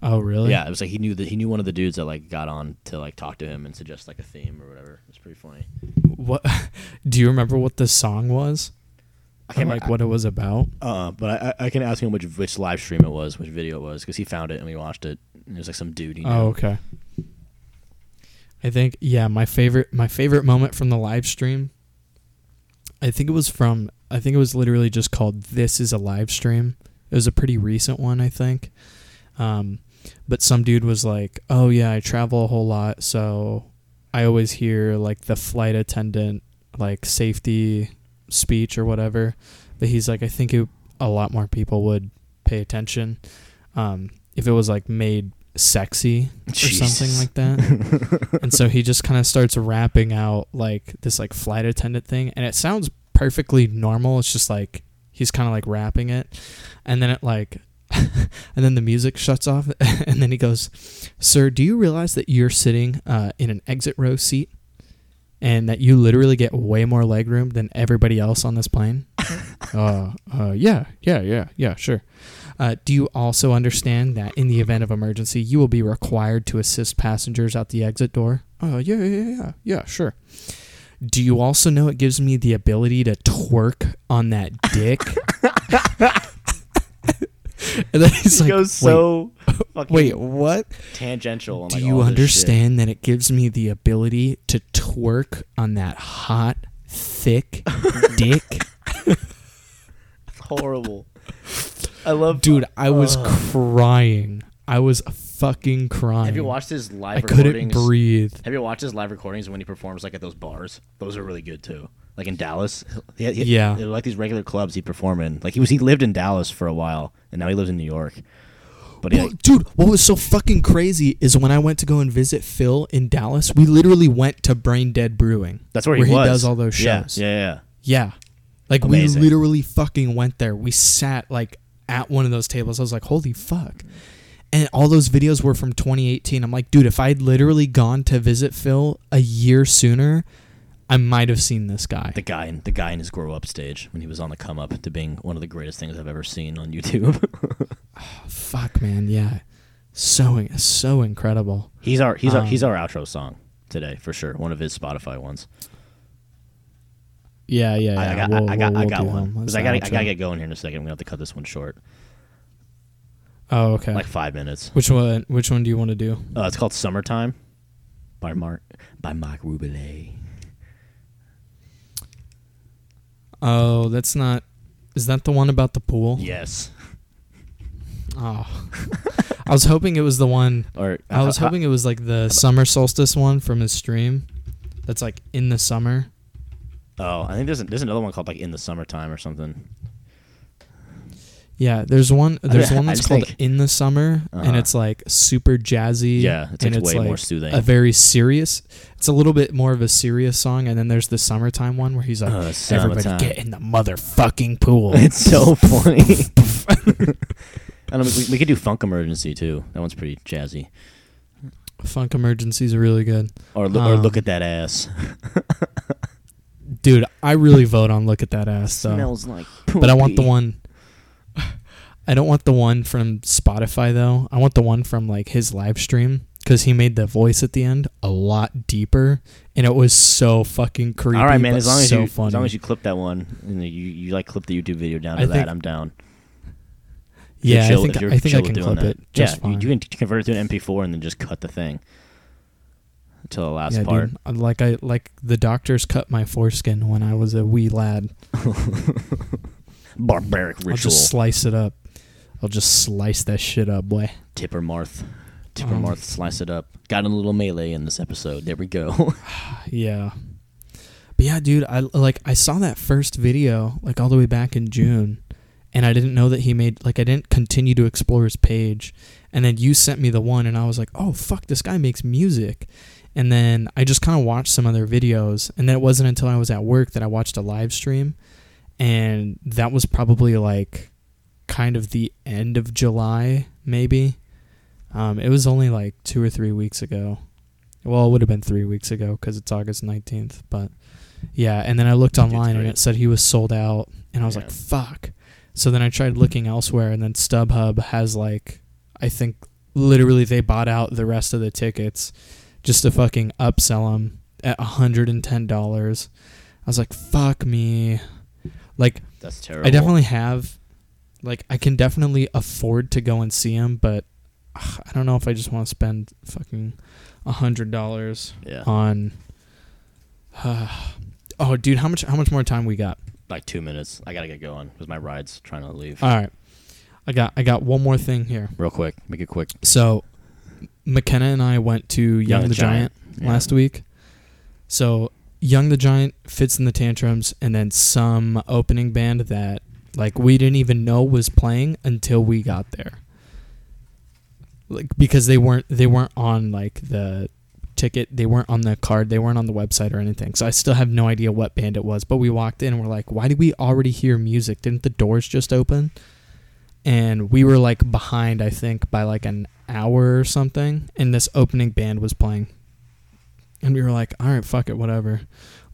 Speaker 2: oh, really?
Speaker 1: Yeah, it was like he knew that he knew one of the dudes that like got on to like talk to him and suggest like a theme or whatever. It's pretty funny.
Speaker 2: What? Do you remember what the song was?
Speaker 1: I
Speaker 2: Or
Speaker 1: can't
Speaker 2: like
Speaker 1: like
Speaker 2: what it was about?
Speaker 1: uh, but I- I, I can ask him which which live stream it was, which video it was, because he found it and we watched it. And it was like some dude. He knew.
Speaker 2: Oh, okay. I think yeah, my favorite my favorite moment from the live stream. I think it was from I think it was literally just called "This is a live stream." It was a pretty recent one, I think. Um, but some dude was like, "Oh yeah, I travel a whole lot, so I always hear like the flight attendant like safety speech or whatever." But he's like, "I think it, a lot more people would pay attention um, if it was like made sexy or something
Speaker 1: Jesus.
Speaker 2: like that. and so he just kind of starts rapping out like this like flight attendant thing, and it sounds perfectly normal. It's just like he's kind of like rapping it, and then it like. and then the music shuts off, and then he goes, "Sir, do you realize that you're sitting uh, in an exit row seat, and that you literally get way more legroom than everybody else on this plane?" uh, uh, yeah, yeah, yeah, yeah, sure. Uh, do you also understand that in the event of emergency, you will be required to assist passengers out the exit door? Oh, yeah, yeah, yeah, yeah, yeah, sure. Do you also know it gives me the ability to twerk on that dick? and then he's
Speaker 1: He
Speaker 2: like,
Speaker 1: goes
Speaker 2: "Wait,
Speaker 1: so fucking
Speaker 2: Wait, what?
Speaker 1: tangential. and,
Speaker 2: Do
Speaker 1: like,
Speaker 2: you
Speaker 1: all this shit.
Speaker 2: understand that it gives me the ability to twerk on that hot, thick dick?
Speaker 1: horrible. I love.
Speaker 2: Dude, I was crying. I was fucking crying.
Speaker 1: Have you watched his live
Speaker 2: I couldn't
Speaker 1: recordings?
Speaker 2: breathe.
Speaker 1: Have you watched his live recordings when he performs like at those bars? Those are really good too. Like in Dallas, he, he-
Speaker 2: Yeah.
Speaker 1: they were like these regular clubs he'd perform in. Like he was, he lived in Dallas for a while, and now he lives in New York. But he,
Speaker 2: Well, dude, what was so fucking crazy is when I went to go and visit Phil in Dallas, we literally went to Brain Dead Brewing.
Speaker 1: that's where,
Speaker 2: he,
Speaker 1: was.
Speaker 2: does all those
Speaker 1: Yeah,
Speaker 2: shows.
Speaker 1: Yeah, yeah,
Speaker 2: Yeah. Like
Speaker 1: Amazing.
Speaker 2: we literally fucking went there. We sat like at one of those tables. I was like, holy fuck. And all those videos were from 2018. I'm like, dude, if I'd literally gone to visit Phil a year sooner, I might have seen this guy.
Speaker 1: The guy in the guy in his grow up stage when he was on the come up to being one of the greatest things I've ever seen on YouTube.
Speaker 2: fuck, man. Yeah. So so incredible.
Speaker 1: he's our he's our
Speaker 2: Um,
Speaker 1: he's our outro song today for sure. One of his Spotify ones.
Speaker 2: Yeah, yeah, yeah.
Speaker 1: I- I got
Speaker 2: We'll-
Speaker 1: I got
Speaker 2: we'll-
Speaker 1: I
Speaker 2: we'll
Speaker 1: got
Speaker 2: do
Speaker 1: one.
Speaker 2: him.
Speaker 1: 'Cause
Speaker 2: Let's
Speaker 1: I gotta I
Speaker 2: outro.
Speaker 1: gotta get going here in a second. I'm gonna have to cut this one short,
Speaker 2: Oh, okay.
Speaker 1: like five minutes.
Speaker 2: which one? Which one do you want to do?
Speaker 1: Uh, it's called Summertime by Mark by Mark Rubelet.
Speaker 2: Oh, that's not. Is that the one about the pool?
Speaker 1: Yes.
Speaker 2: Oh, I was hoping it was the one.
Speaker 1: Or uh,
Speaker 2: I was hoping it was like the summer solstice one from his stream. That's like in the summer.
Speaker 1: Oh, I think there's there's another one called like in the summertime or something.
Speaker 2: Yeah, there's one.
Speaker 1: I
Speaker 2: There's
Speaker 1: mean,
Speaker 2: one
Speaker 1: I
Speaker 2: that's
Speaker 1: just
Speaker 2: called
Speaker 1: think-
Speaker 2: "In the Summer," and
Speaker 1: Uh-huh.
Speaker 2: it's like super jazzy.
Speaker 1: Yeah, it's,
Speaker 2: and
Speaker 1: like, way more soothing.
Speaker 2: A very serious. It's a little bit more of a serious song, and then there's the summertime one where he's like,
Speaker 1: Uh,
Speaker 2: "Everybody
Speaker 1: summertime."
Speaker 2: get in the motherfucking pool."
Speaker 1: It's so funny. I don't know, we, we could do Funk Emergency too. That one's pretty jazzy.
Speaker 2: Funk emergencies are really good,
Speaker 1: Or, lo- or look
Speaker 2: Um,
Speaker 1: at that ass.
Speaker 2: dude. I really vote on "Look at That Ass" though,
Speaker 1: Smells like.
Speaker 2: but I want the
Speaker 1: poopy.
Speaker 2: one. I don't want the one from Spotify though. I want the one from like his live stream because he made the voice at the end a lot deeper, and it was so fucking creepy.
Speaker 1: All right, man.
Speaker 2: but
Speaker 1: As long as
Speaker 2: so
Speaker 1: you
Speaker 2: funny.
Speaker 1: as long as you clip that one and you, you like clip the YouTube video down to
Speaker 2: I
Speaker 1: that,
Speaker 2: think-
Speaker 1: I'm down. If you're
Speaker 2: Yeah,
Speaker 1: chill-
Speaker 2: I
Speaker 1: if
Speaker 2: think
Speaker 1: you're
Speaker 2: I think
Speaker 1: chill
Speaker 2: I
Speaker 1: with
Speaker 2: can
Speaker 1: doing
Speaker 2: clip
Speaker 1: that.
Speaker 2: it. Just
Speaker 1: yeah, you-
Speaker 2: fine.
Speaker 1: you, can convert it to an MP4 and then just cut the thing to the last
Speaker 2: yeah,
Speaker 1: part.
Speaker 2: dude. I'm Like I like the doctors cut my foreskin when I was a wee lad.
Speaker 1: Barbaric
Speaker 2: I'll
Speaker 1: ritual.
Speaker 2: just slice it up. I'll just slice that shit up, boy.
Speaker 1: Tipper Marth. Tipper
Speaker 2: Um,
Speaker 1: Marth, slice it up. Got in a little melee in this episode. There we go.
Speaker 2: Yeah. But yeah, dude, I like I saw that first video like all the way back in June and I didn't know that he made like I didn't continue to explore his page and then you sent me the one and I was like, "Oh fuck, this guy makes music." And then I just kind of watched some other videos and then it wasn't until I was at work that I watched a live stream and that was probably like kind of the end of July maybe. Um, it was only like 2 or 3 weeks ago. Well, it would have been three weeks ago because it's August 19th. But yeah, and then I looked
Speaker 1: Dude's
Speaker 2: online and
Speaker 1: great.
Speaker 2: it said he was sold out. And I was like,
Speaker 1: Yeah.
Speaker 2: fuck. So then I tried looking elsewhere, and then StubHub has like, I think literally they bought out the rest of the tickets just to fucking upsell them at $110. I was like, fuck me. Like,
Speaker 1: That's terrible.
Speaker 2: I definitely have, like, I can definitely afford to go and see him, but ugh, I don't know if I just want to spend fucking a hundred dollars
Speaker 1: Yeah.
Speaker 2: on. oh, dude, how much? How much more time we got?
Speaker 1: like two minutes. I gotta get going because my ride's trying to leave.
Speaker 2: All right, I got I got one more thing here.
Speaker 1: Real quick, make it quick.
Speaker 2: So, McKenna and I went to Young, the, Giant,
Speaker 1: Yeah.
Speaker 2: last week. So, Young the Giant fits in the tantrums, and then some opening band that like we didn't even know was playing until we got there. Like because they weren't they weren't on like the ticket, they weren't on the card, they weren't on the website or anything. So I still have no idea what band it was. But we walked in and we're like, why did we already hear music? Didn't the doors just open? And we were like behind, I think, by like an hour or something. And this opening band was playing. And we were like, all right, fuck it, whatever.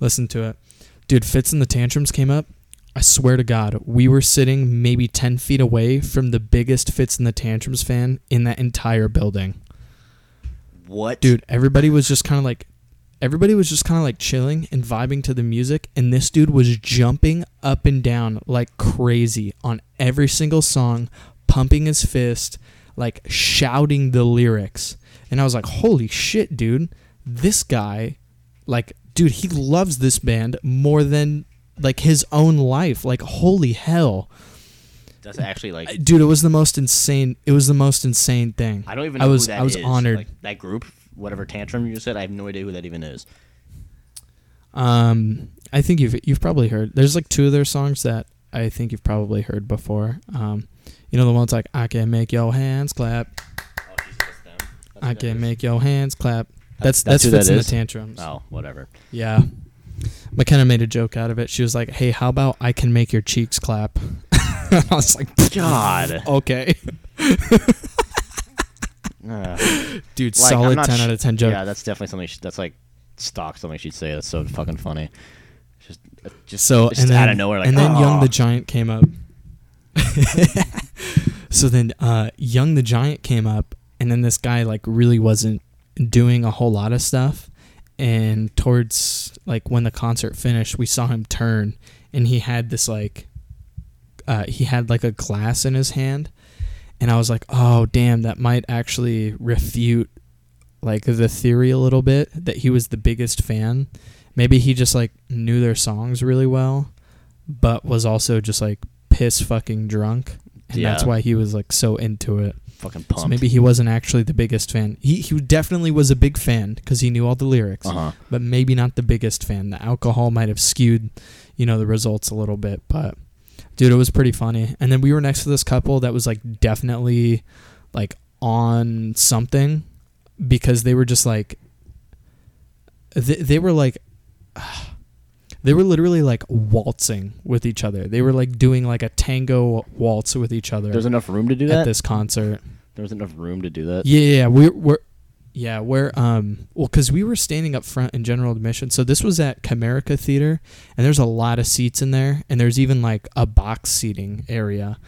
Speaker 2: Listen to it. Dude, Fits and the Tantrums came up. I swear to God, we were sitting maybe 10 feet away from the biggest Fits and the Tantrums fan in that entire building
Speaker 1: What,
Speaker 2: dude everybody was just kind of like everybody was just kind of like chilling and vibing to the music and this dude was jumping up and down like crazy on every single song pumping his fist like shouting the lyrics and i was like holy shit dude this guy like dude he loves this band more than like his own life like holy hell
Speaker 1: That's actually like
Speaker 2: dude it was the most insane it was the most insane thing
Speaker 1: I don't even.
Speaker 2: i
Speaker 1: know
Speaker 2: was
Speaker 1: who that
Speaker 2: i was
Speaker 1: is.
Speaker 2: honored
Speaker 1: Like, that group, whatever tantrum you said, I have no idea who that even is.
Speaker 2: Um, I think you've you've probably heard. There's like two of their songs that I think you've probably heard before. Um, you know the one's like I can make your hands clap,
Speaker 1: Oh, Jesus, that's them. That's
Speaker 2: I
Speaker 1: who that
Speaker 2: can
Speaker 1: is.
Speaker 2: make your hands clap.
Speaker 1: That's-
Speaker 2: That's that's,
Speaker 1: that's who
Speaker 2: fits
Speaker 1: that
Speaker 2: in the
Speaker 1: is?
Speaker 2: tantrums.
Speaker 1: Oh, whatever.
Speaker 2: Yeah, McKenna made a joke out of it. She was like, "Hey, how about I can make your cheeks clap?" I was like,
Speaker 1: God.
Speaker 2: "Okay,
Speaker 1: Ugh.
Speaker 2: dude,
Speaker 1: Like, I'm
Speaker 2: solid
Speaker 1: not
Speaker 2: ten
Speaker 1: sh-
Speaker 2: out of ten joke."
Speaker 1: Yeah, that's definitely something. She, that's like stock something she'd say. That's so fucking funny. Just, uh, just
Speaker 2: so
Speaker 1: it's just
Speaker 2: and then,
Speaker 1: out of nowhere, like
Speaker 2: and then Young
Speaker 1: "Ah."
Speaker 2: the Giant came up. so then uh, Young the Giant came up, and then this guy like really wasn't doing a whole lot of stuff. And towards like when the concert finished, we saw him turn, and he had this like, uh, he had like a glass in his hand, and I was like, oh damn, that might actually refute like the theory a little bit that he was the biggest fan. Maybe he just like knew their songs really well, but was also just like piss fucking drunk, and that's
Speaker 1: Yeah.
Speaker 2: why he was like so into it.
Speaker 1: fucking
Speaker 2: So
Speaker 1: pumped.
Speaker 2: maybe he wasn't actually the biggest fan. He he definitely was a big fan because he knew all the lyrics,
Speaker 1: uh huh.
Speaker 2: but maybe not the biggest fan. The alcohol might have skewed, you know, the results a little bit. But dude, it was pretty funny. And then we were next to this couple that was like definitely like on something because they were just like they, they were like they were literally like waltzing with each other. They were like doing like a tango waltz with each other
Speaker 1: There's enough room to do
Speaker 2: at
Speaker 1: that.
Speaker 2: this concert.
Speaker 1: There was enough room to do that.
Speaker 2: Yeah, yeah, yeah. We're, we're yeah, we're um well cuz we were standing up front in general admission. So this was at Comerica Theater and there's a lot of seats in there and there's even like a box seating area.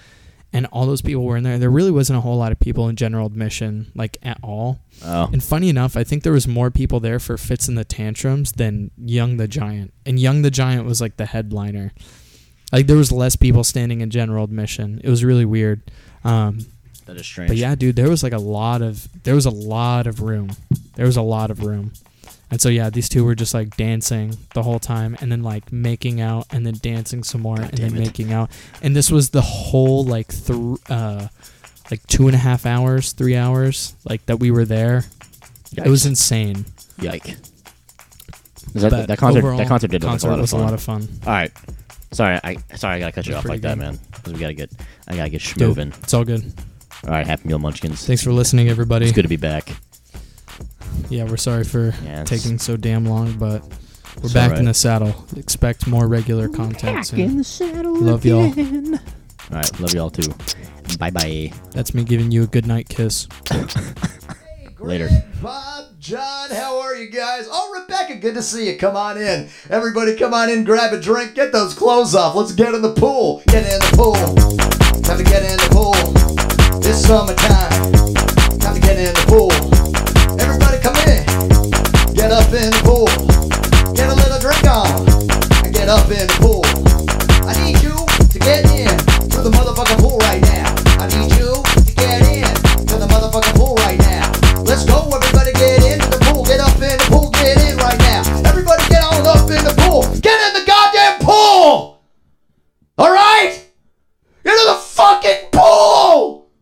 Speaker 2: And all those people were in there. There really wasn't a whole lot of people in general admission like at all.
Speaker 1: Oh,
Speaker 2: And funny enough, I think there was more people there for Fits in the Tantrums than Young the Giant. And Young the Giant was like the headliner. Like there was less people standing in general admission. It was really weird. Um
Speaker 1: that is strange.
Speaker 2: but yeah, dude, there was like a lot of there was a lot of room. There was a lot of room. And so yeah, these two were just like dancing the whole time and then like making out and then dancing some more and then
Speaker 1: damn it.
Speaker 2: making out. And this was the whole like thr uh like two and a half hours, three hours, like that we were there. It was insane.
Speaker 1: yike. Is that,
Speaker 2: But
Speaker 1: that concert?
Speaker 2: overall,
Speaker 1: that concert did look
Speaker 2: concert
Speaker 1: like a lot of
Speaker 2: was
Speaker 1: fun.
Speaker 2: a lot of fun.
Speaker 1: All right, sorry, I sorry I gotta cut you
Speaker 2: That's
Speaker 1: off like
Speaker 2: pretty
Speaker 1: that,
Speaker 2: good.
Speaker 1: man. Because we gotta get, I gotta get
Speaker 2: Dope.
Speaker 1: schmoving.
Speaker 2: It's all good.
Speaker 1: All right, Happy Meal Munchkins.
Speaker 2: Thanks for listening, everybody.
Speaker 1: It's good to be back.
Speaker 2: Yeah, we're sorry for
Speaker 1: Yeah, it's-
Speaker 2: taking so damn long, but we're
Speaker 1: It's
Speaker 2: back
Speaker 1: alright.
Speaker 2: in the saddle. Expect more regular content soon.
Speaker 1: the saddle
Speaker 2: Love y'all.
Speaker 1: All right, love y'all too. Bye bye.
Speaker 2: That's me giving you a good night kiss.
Speaker 1: Later.
Speaker 3: Greg, Bob, John, how are you guys? Oh, Rebecca, good to see you. Come on in. Everybody, come on in, grab a drink, get those clothes off. Let's get in the pool. Get in the pool. Time to get in the pool. This summertime. Time to get in the pool. Everybody, come in. Get up in the pool. Get a little drink on. And get up in the pool. I need you to get in to the motherfucking pool right now. I need you to get in to the motherfucking pool right now. Let's go, everybody, get into the pool. Get up in the pool. Get in right now. Everybody, get on up in the pool. Get in the goddamn pool. All right. Get in the fucking pool.